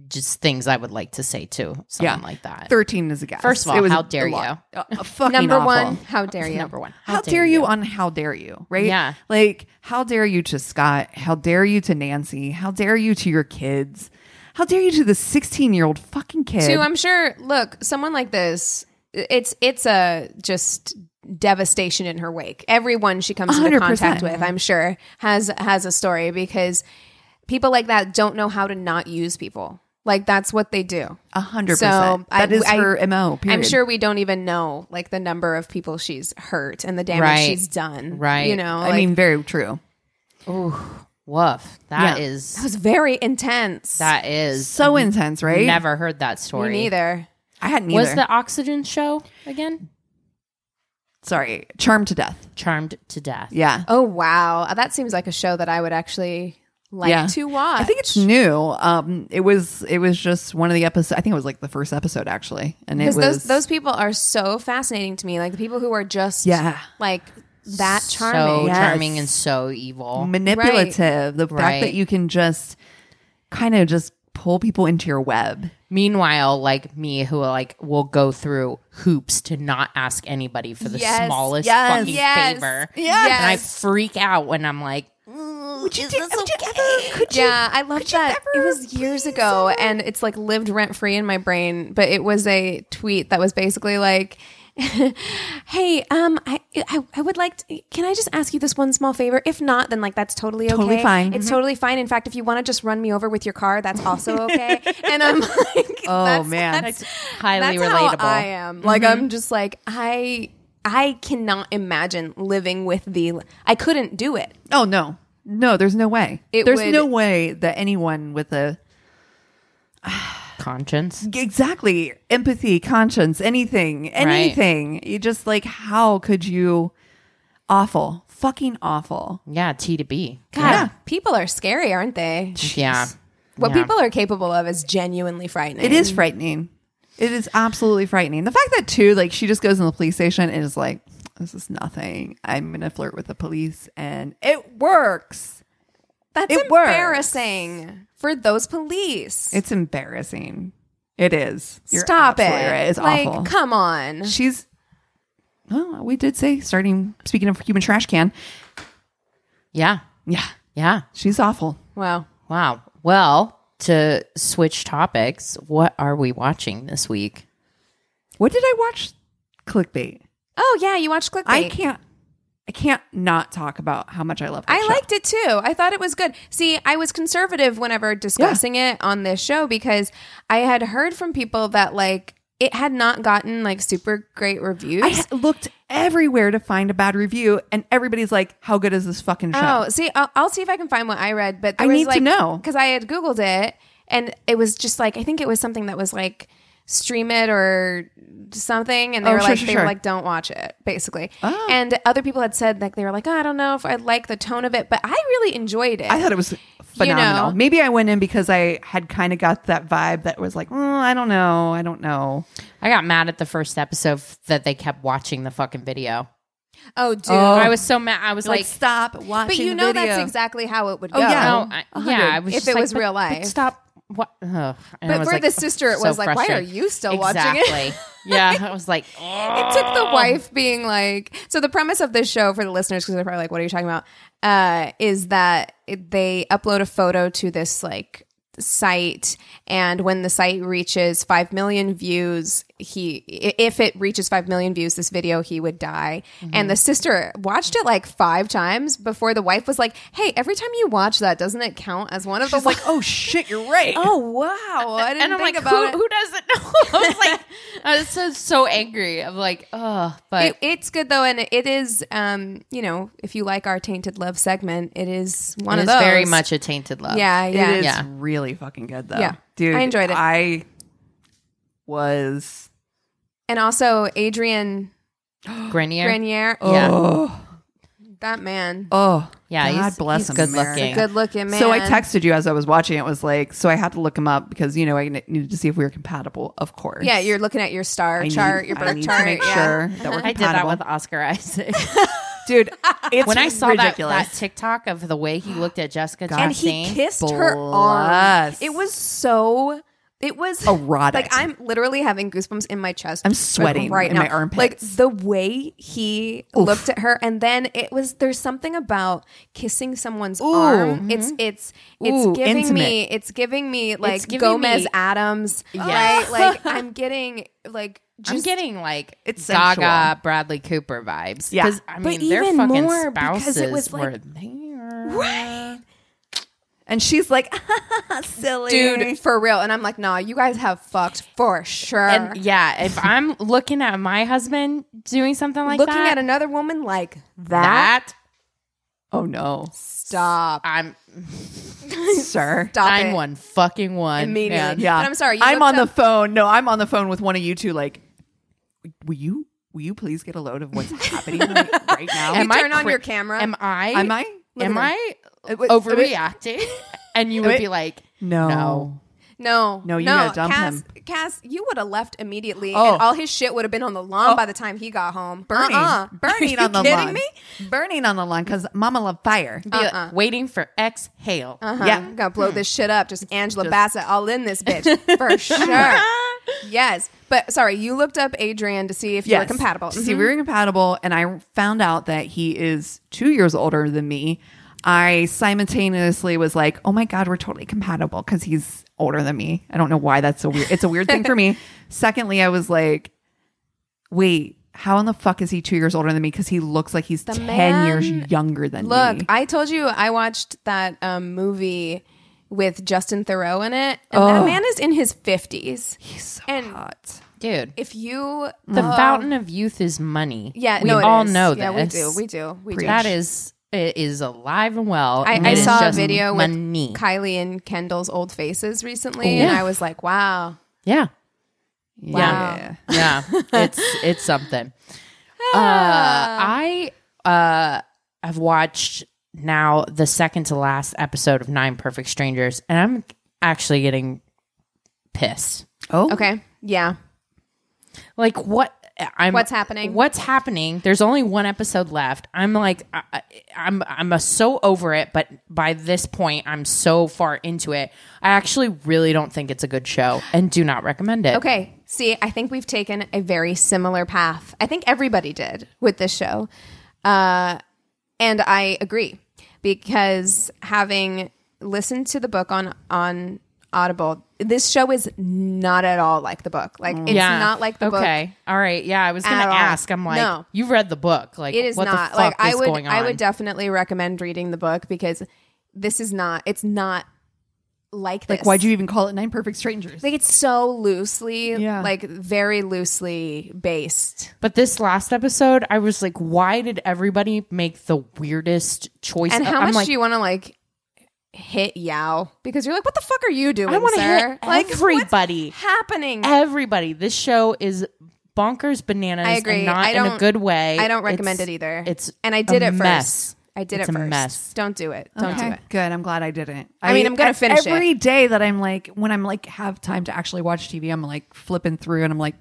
Speaker 2: just things I would like to say to someone
Speaker 1: Yeah.
Speaker 2: like that.
Speaker 1: 13 is a guess.
Speaker 2: Uh, First of all,
Speaker 1: It was
Speaker 2: how
Speaker 1: a
Speaker 2: dare
Speaker 1: lot. A- a fucking
Speaker 3: Number
Speaker 1: awful.
Speaker 3: one, how dare you?
Speaker 2: Number one.
Speaker 1: How, dare, you on how dare you, right?
Speaker 2: Yeah.
Speaker 1: Like, how dare you to Scott? How dare you to Nancy? How dare you to your kids? How dare you to the 16 year old fucking kid?
Speaker 3: Too, I'm sure. Look, someone like this, it's it's a just devastation in her wake. Everyone she comes into
Speaker 1: 100%.
Speaker 3: contact with, I'm sure, has has a story because people like that don't know how to not use people. Like that's what they do.
Speaker 1: A hundred
Speaker 3: So
Speaker 1: percent. That
Speaker 3: I-
Speaker 1: is
Speaker 3: I-
Speaker 1: her MO, Uh, period.
Speaker 3: I'm sure we don't even know like the number of people she's hurt and the damage
Speaker 2: Right.
Speaker 3: she's done.
Speaker 2: Right.
Speaker 3: You know,
Speaker 1: I mean, very true.
Speaker 2: Woof.
Speaker 1: Yeah.
Speaker 2: That is
Speaker 3: it was very intense.
Speaker 2: that is
Speaker 1: So intense, right?
Speaker 2: never heard that story.
Speaker 3: Me neither.
Speaker 1: I hadn't either.
Speaker 2: Was the oxygen show again?
Speaker 1: Sorry. Charmed to death.
Speaker 2: Charmed to death.
Speaker 1: Yeah.
Speaker 3: Oh wow, that seems like a show that I would actually like
Speaker 1: Yeah.
Speaker 3: to watch.
Speaker 1: I think it's new. Um, it was it was just one of the episodes. I think it was like the first episode actually, and it was
Speaker 3: because those those people are so fascinating to me. Like the people who are just
Speaker 1: Yeah.
Speaker 3: like that
Speaker 2: So
Speaker 3: charming.
Speaker 1: Yes.
Speaker 2: charming and so evil.
Speaker 1: manipulative. The fact
Speaker 2: Right.
Speaker 1: that you can just kind of just pull people into your web.
Speaker 2: Meanwhile, like me, who like will go through hoops to not ask anybody for the
Speaker 3: Yes,
Speaker 2: smallest
Speaker 1: yes,
Speaker 2: fucking
Speaker 3: yes,
Speaker 2: favor.
Speaker 3: yes.
Speaker 2: and I freak out when I'm like,
Speaker 1: Would you, do, would you ever? Could
Speaker 3: yeah, I love that. It was years ago, and it's like lived rent free in my brain. But it was a tweet that was basically like, "Hey, um, I, I, I would like. To, can I just ask you this one small favor? If not, then like that's totally okay.
Speaker 1: Totally fine. Mm-hmm.
Speaker 3: It's totally fine. In fact, if you want to just run me over with your car, that's also okay." and I'm like,
Speaker 1: Oh
Speaker 3: that's-
Speaker 1: man,
Speaker 3: that's-
Speaker 2: highly
Speaker 3: that's
Speaker 2: relatable.
Speaker 3: How I uh, am. Like
Speaker 1: Mm-hmm.
Speaker 3: I'm just like I I cannot imagine living with the I couldn't do it.
Speaker 1: Oh no, no. There's no way.
Speaker 3: It
Speaker 1: there's
Speaker 3: would-
Speaker 1: no way that anyone with a
Speaker 2: Conscience.
Speaker 1: exactly empathy, conscience, anything, anything. You just like, how could you? Awful, fucking awful.
Speaker 2: Yeah, T to B.
Speaker 3: God, people are scary, aren't they?
Speaker 2: Yeah.
Speaker 3: What
Speaker 2: Yeah.
Speaker 3: people are capable of is genuinely frightening.
Speaker 1: It is frightening. It is absolutely frightening. The fact that too, like she just goes in the police station and is like, "This is nothing. I'm gonna flirt with the police," and it works.
Speaker 3: That's
Speaker 1: it works.
Speaker 3: embarrassing for those police.
Speaker 1: It's embarrassing. It is. You're
Speaker 3: Stop it.
Speaker 1: absolutely right. It's
Speaker 3: like,
Speaker 1: awful.
Speaker 3: come on.
Speaker 1: She's Oh, we did say starting speaking of human trash can.
Speaker 2: Yeah.
Speaker 1: Yeah,
Speaker 2: Yeah.
Speaker 1: she's awful.
Speaker 3: Wow.
Speaker 2: Wow. Well, to switch topics, what are we watching this week?
Speaker 1: What did I watch? Clickbait.
Speaker 3: Oh yeah, you watched Clickbait.
Speaker 1: I can't. I can't not talk about how much I love. That
Speaker 3: I
Speaker 1: show.
Speaker 3: liked it too. I thought it was good. See, I was conservative whenever discussing it on this show because I had heard from people that like it had not gotten like super great reviews.
Speaker 1: I ha- looked everywhere to find a bad review, and everybody's like, "How good is this fucking show?"
Speaker 3: Oh, see, I'll, I'll see if I can find what I read, but there
Speaker 1: I
Speaker 3: was
Speaker 1: need to
Speaker 3: like,
Speaker 1: know.
Speaker 3: because I had Googled it and it was just like I think it was something that was like stream it or something, and they
Speaker 1: Oh,
Speaker 3: were
Speaker 1: sure,
Speaker 3: like
Speaker 1: sure,
Speaker 3: they
Speaker 1: sure. Oh.
Speaker 3: were like don't watch it basically, and other people had said like they were like oh, I don't know if I like the tone of it, but I really enjoyed it.
Speaker 1: I thought it was phenomenal.
Speaker 3: know.
Speaker 1: Maybe I went in because I had kind of got that vibe that was like, "Mm, I don't know, I don't know.
Speaker 2: I got mad at the first episode f- that they kept watching the fucking video.
Speaker 3: oh, dude,
Speaker 2: I was so mad. I was like,
Speaker 1: stop watching.
Speaker 3: but you
Speaker 1: the
Speaker 3: know
Speaker 1: video. Oh,
Speaker 3: that's exactly how it would go.
Speaker 1: yeah.
Speaker 2: no, Oh, I,
Speaker 1: A hundred.
Speaker 2: yeah, I was
Speaker 3: If
Speaker 2: just
Speaker 3: it
Speaker 2: like,
Speaker 3: was
Speaker 2: but-
Speaker 3: real
Speaker 2: but
Speaker 3: life.
Speaker 2: stop. What? Ugh. And I
Speaker 3: But
Speaker 2: was
Speaker 3: for
Speaker 2: like,
Speaker 3: the sister, it
Speaker 2: so
Speaker 3: was like, why are
Speaker 2: frustrated.
Speaker 3: you still
Speaker 2: exactly.
Speaker 3: watching it?
Speaker 2: yeah, I was like, oh,
Speaker 3: it took the wife being like so the premise of this show for the listeners because they're probably like what are you talking about uh, is that it, they upload a photo to this like site and when the site reaches 5 million views he i- if it reaches 5 million views this video he would die
Speaker 1: Mm-hmm.
Speaker 3: and the sister watched it like five times before the wife was like hey every time you watch that doesn't it count as one of
Speaker 1: She's
Speaker 3: the
Speaker 1: like, "Oh shit, you're right."
Speaker 3: oh wow i didn't
Speaker 2: and I'm
Speaker 3: think
Speaker 2: like,
Speaker 3: about
Speaker 2: who,
Speaker 3: it
Speaker 2: who doesn't know? I was like, I was so, so angry. I'm like, oh, but
Speaker 3: it, it's good though, and it is, um, you know, if you like our tainted love segment, it is one
Speaker 2: it
Speaker 3: of
Speaker 2: is
Speaker 3: those.
Speaker 2: very much a tainted love.
Speaker 3: yeah, yeah,
Speaker 1: It is
Speaker 2: Yeah.
Speaker 1: really fucking good though.
Speaker 3: Yeah.
Speaker 1: Dude,
Speaker 3: I enjoyed it.
Speaker 1: I was
Speaker 3: and also Adrian
Speaker 2: Grenier.
Speaker 3: Grenier,
Speaker 2: Yeah.
Speaker 1: oh,
Speaker 3: that man,
Speaker 1: oh
Speaker 2: Yeah,
Speaker 1: God
Speaker 2: he's-
Speaker 1: bless
Speaker 2: he's
Speaker 1: him.
Speaker 2: good
Speaker 1: America.
Speaker 2: looking.
Speaker 3: good looking man.
Speaker 1: So I texted you as I was watching. It was like, so I had to look him up because you know I n- needed to see if we were compatible. Of course.
Speaker 3: Yeah, you're looking at your star
Speaker 1: I need-
Speaker 3: chart, your
Speaker 1: I
Speaker 3: birth
Speaker 1: need
Speaker 3: chart.
Speaker 1: to make
Speaker 3: yeah.
Speaker 1: sure that we're
Speaker 2: I did
Speaker 1: compatible.
Speaker 2: that with Oscar Isaac.
Speaker 1: dude. It's
Speaker 2: when I saw that,
Speaker 1: ridiculous.
Speaker 2: that TikTok of the way he looked at Jessica
Speaker 3: and
Speaker 2: Chastain,
Speaker 3: he kissed her arm.
Speaker 1: Bless.
Speaker 3: It was so. It was
Speaker 1: Erotic.
Speaker 3: Like I'm literally having goosebumps in my chest.
Speaker 1: I'm
Speaker 3: like,
Speaker 1: sweating in my armpits.
Speaker 3: Like the way he looked at her, and then it was there's something about kissing someone's arm. It's it's it's
Speaker 1: Ooh,
Speaker 3: giving me
Speaker 1: intimate.
Speaker 3: it's giving me like
Speaker 2: giving
Speaker 3: Gomez
Speaker 2: me-
Speaker 3: Adams.
Speaker 2: Yeah.
Speaker 3: Right? Like I'm getting like just
Speaker 2: I'm getting like
Speaker 1: It's
Speaker 2: Gaga
Speaker 1: sensual.
Speaker 2: Bradley Cooper vibes.
Speaker 1: Yeah.
Speaker 2: 'Cause, I
Speaker 3: But
Speaker 2: mean their
Speaker 3: even
Speaker 2: fucking
Speaker 3: more, because
Speaker 2: spouses
Speaker 3: it was,
Speaker 2: were
Speaker 3: like-
Speaker 2: there.
Speaker 3: Right.
Speaker 1: and she's like, silly,
Speaker 3: Dude, for real. And I'm like, nah, you guys have fucked for sure.
Speaker 2: And yeah, if I'm looking at my husband doing something like
Speaker 3: Looking
Speaker 2: that,
Speaker 3: at another woman like that,
Speaker 2: that
Speaker 1: Oh no,
Speaker 3: stop.
Speaker 2: I'm
Speaker 1: sir.
Speaker 3: Stop
Speaker 2: I'm
Speaker 3: it.
Speaker 2: one fucking one
Speaker 3: Immediately.
Speaker 2: man.
Speaker 1: Yeah,
Speaker 3: But I'm sorry, you
Speaker 1: I'm on
Speaker 3: looked
Speaker 1: the phone. No, I'm on the phone with one of you two. Like, will you? Will you please get a load of what's happening right right now?
Speaker 3: You
Speaker 2: Am I
Speaker 3: turn on
Speaker 2: cre-
Speaker 3: your camera.
Speaker 2: Am I?
Speaker 1: Am I?
Speaker 2: Am I
Speaker 1: Uh, wait,
Speaker 2: Oh, overreacting? and you would
Speaker 1: wait.
Speaker 2: be like,
Speaker 1: No.
Speaker 2: No.
Speaker 3: No,
Speaker 1: No, you gotta dump
Speaker 3: Cass,
Speaker 1: him.
Speaker 3: Cass, you would have left immediately,
Speaker 1: Oh.
Speaker 3: and all his shit would have been on the lawn by the time he got home.
Speaker 1: burning,
Speaker 3: Uh-uh.
Speaker 1: burning
Speaker 3: Are
Speaker 1: on the
Speaker 3: you kidding
Speaker 1: lawn.
Speaker 3: me?
Speaker 1: burning on the lawn because Mama love fire.
Speaker 2: be like,
Speaker 3: Uh-uh.
Speaker 2: waiting for exhale.
Speaker 3: Uh-huh.
Speaker 1: Yeah.
Speaker 3: I'm gonna blow this shit up. Just Angela Bassett all in this bitch for sure. yes, but sorry, you looked up Adrian to see if you were compatible. Mm-hmm.
Speaker 1: See, we were compatible, and I found out that he is two years older than me. I simultaneously was like, "Oh my god, we're totally compatible" because he's older than me. I don't know why that's a weird. It's a weird thing for me. Secondly, I was like, "Wait, how in the fuck is he two years older than me? Because he looks like he's ten
Speaker 3: man-
Speaker 1: years younger than
Speaker 3: Mm-hmm. Look,
Speaker 1: me."
Speaker 3: I told you I watched that um, movie with Justin Thoreau in it, and
Speaker 1: Oh.
Speaker 3: that man is in his fifties.
Speaker 1: He's so
Speaker 3: and-
Speaker 1: hot.
Speaker 2: Dude,
Speaker 3: If you
Speaker 2: the fountain of youth is money.
Speaker 3: Oh. yeah,
Speaker 2: we
Speaker 3: no, it
Speaker 2: all
Speaker 3: is.
Speaker 2: know
Speaker 3: Yeah, we
Speaker 2: this.
Speaker 3: do, we do, we do.
Speaker 2: That is it is alive and well. and
Speaker 3: I, I
Speaker 2: it is
Speaker 3: saw a
Speaker 2: just
Speaker 3: video
Speaker 2: money.
Speaker 3: with Kylie and Kendall's old faces recently,
Speaker 2: Oh, Yeah.
Speaker 3: and I was like, "Wow,
Speaker 2: yeah,
Speaker 3: Wow.
Speaker 1: Yeah.
Speaker 2: yeah, it's it's something. Uh,
Speaker 3: Ah.
Speaker 2: I uh, I've watched now the second to last episode of Nine Perfect Strangers, and I'm actually getting pissed.
Speaker 1: Oh,
Speaker 3: okay, yeah,
Speaker 2: Like what? I'm
Speaker 3: What's happening?
Speaker 2: What's happening? There's only one episode left. I'm like, I, I- I'm I'm uh, so over it. But by this point, I'm so far into it. I actually really don't think it's a good show, and do not recommend it.
Speaker 3: Okay. See, I think we've taken a very similar path. I think everybody did with this show. Uh, and I agree because having listened to the book on on Audible, this show is not at all like the book. Like it's
Speaker 2: Yeah.
Speaker 3: not like the book.
Speaker 2: Okay. All right. Yeah. I was gonna
Speaker 3: At all.
Speaker 2: ask. I'm like,
Speaker 3: No.
Speaker 2: you read the book. Like,
Speaker 3: It is
Speaker 2: what
Speaker 3: not
Speaker 2: The fuck
Speaker 3: like I
Speaker 2: is
Speaker 3: would
Speaker 2: Going on?
Speaker 3: I would definitely recommend reading the book because this is not it's not like this.
Speaker 5: Like, why'd you even call it Nine Perfect Strangers?
Speaker 3: like it's so loosely
Speaker 5: Yeah.
Speaker 3: like very loosely based.
Speaker 2: But this last episode, I was like, why did everybody make the weirdest choice?
Speaker 3: And how
Speaker 2: I'm
Speaker 3: much
Speaker 2: like,
Speaker 3: do you want to like hit yow? Because you're like, what the fuck are you doing,
Speaker 2: I want to
Speaker 3: sir?
Speaker 2: hit
Speaker 3: like
Speaker 2: everybody.
Speaker 3: what's happening.
Speaker 2: everybody. This show is bonkers bananas.
Speaker 3: I agree.
Speaker 2: And not
Speaker 3: I
Speaker 2: in a
Speaker 3: don't-
Speaker 2: good way.
Speaker 3: I don't recommend
Speaker 2: It's-
Speaker 3: it either.
Speaker 2: It's
Speaker 3: and I did
Speaker 2: a
Speaker 3: it
Speaker 2: mess.
Speaker 3: first. I did
Speaker 2: It's
Speaker 3: it
Speaker 2: a
Speaker 3: first.
Speaker 2: mess.
Speaker 3: Don't do it. Don't do it.
Speaker 5: Good. I'm glad I didn't.
Speaker 3: I mean, I'm gonna
Speaker 5: e-
Speaker 3: finish it.
Speaker 5: every day that I'm like when I'm like have time to actually watch TV. I'm like flipping through and I'm like,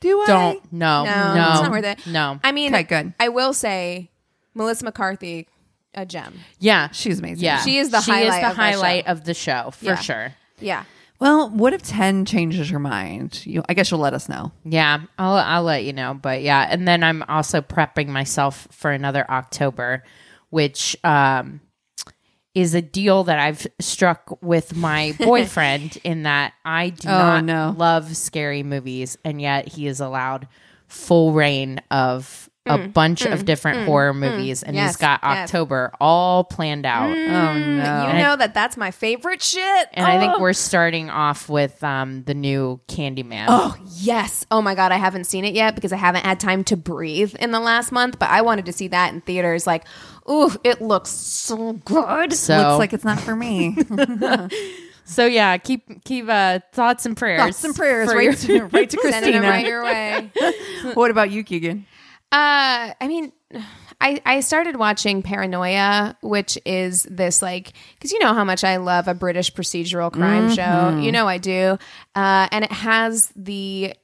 Speaker 5: do I?
Speaker 2: Don't no
Speaker 3: No,
Speaker 2: no
Speaker 3: it's not worth it.
Speaker 2: No,
Speaker 3: I mean,
Speaker 5: Okay, good.
Speaker 3: I will say, Melissa McCarthy, a gem.
Speaker 2: yeah,
Speaker 5: She's amazing.
Speaker 2: yeah.
Speaker 3: She is the highlight
Speaker 2: the
Speaker 3: of that show.
Speaker 2: highlight of the show for
Speaker 3: Yeah.
Speaker 2: sure.
Speaker 3: Yeah.
Speaker 5: Well, what if ten changes your mind? You, I guess you'll let us know.
Speaker 2: Yeah, I'll I'll let you know. But yeah, and then I'm also prepping myself for another October, which um is a deal that I've struck with my boyfriend in that I do not
Speaker 5: no.
Speaker 2: love scary movies and yet he is allowed full reign of a bunch of different horror movies and
Speaker 3: yes,
Speaker 2: he's got
Speaker 3: yes.
Speaker 2: October all planned out.
Speaker 5: Oh no.
Speaker 3: You know that that's my favorite shit.
Speaker 2: And I think we're starting off with um, the new Candyman. Oh,
Speaker 3: Yes. Oh my God, I haven't seen it yet because I haven't had time to breathe in the last month, but I wanted to see that in theaters. Like, ooh, it looks so good.
Speaker 2: so
Speaker 5: Looks like it's not for me.
Speaker 2: So yeah, keep keep uh, thoughts and prayers.
Speaker 5: Thoughts and prayers,
Speaker 2: for
Speaker 5: right
Speaker 2: your-
Speaker 5: to, right to
Speaker 3: Sending
Speaker 5: Christina.
Speaker 3: them right your way. uh,
Speaker 5: What about you, Keegan?
Speaker 3: I mean, I, I started watching Paranoia, which is this like because you know how much I love a British procedural crime show. You know I do, uh, and it has the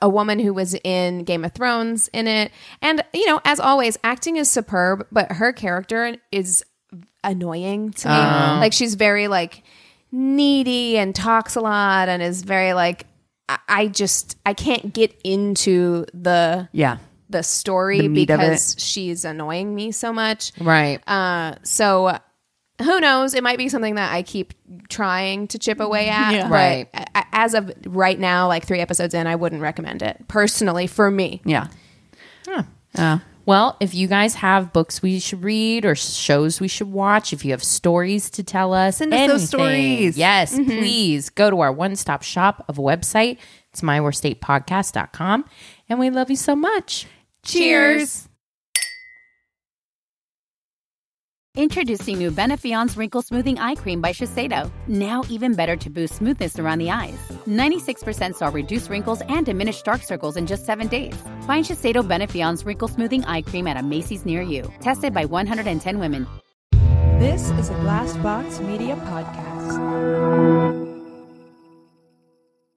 Speaker 3: a woman who was in Game of Thrones in it, and you know as always, acting is superb, but her character is annoying to me. Like she's very like needy and talks a lot and is very like I, I just I can't get into the
Speaker 5: Yeah.
Speaker 3: the story
Speaker 5: meat of
Speaker 3: because she's annoying me so much.
Speaker 2: Right.
Speaker 3: Uh, so who knows? It might be something that I keep trying to chip away at. But
Speaker 2: Right.
Speaker 3: a- a- as of right now, like three episodes in, I wouldn't recommend it personally for me.
Speaker 5: Yeah. Uh,
Speaker 2: Well, if you guys have books we should read or shows we should watch, if you have stories to tell us,
Speaker 5: Send us those
Speaker 2: anything,
Speaker 5: stories. Mm-hmm.
Speaker 2: Yes, please go to our one-stop shop of a website. It's myworstatepodcast.com. And we love you so much.
Speaker 5: cheers.
Speaker 6: Introducing new Benefion's Wrinkle Smoothing Eye Cream by Shiseido. Now even better to boost smoothness around the eyes. 96% saw reduced wrinkles and diminished dark circles in just 7 days. Find Shiseido Benefion's Wrinkle Smoothing Eye Cream at a Macy's near you. Tested by 110 women.
Speaker 4: This is a Glass Box Media Podcast.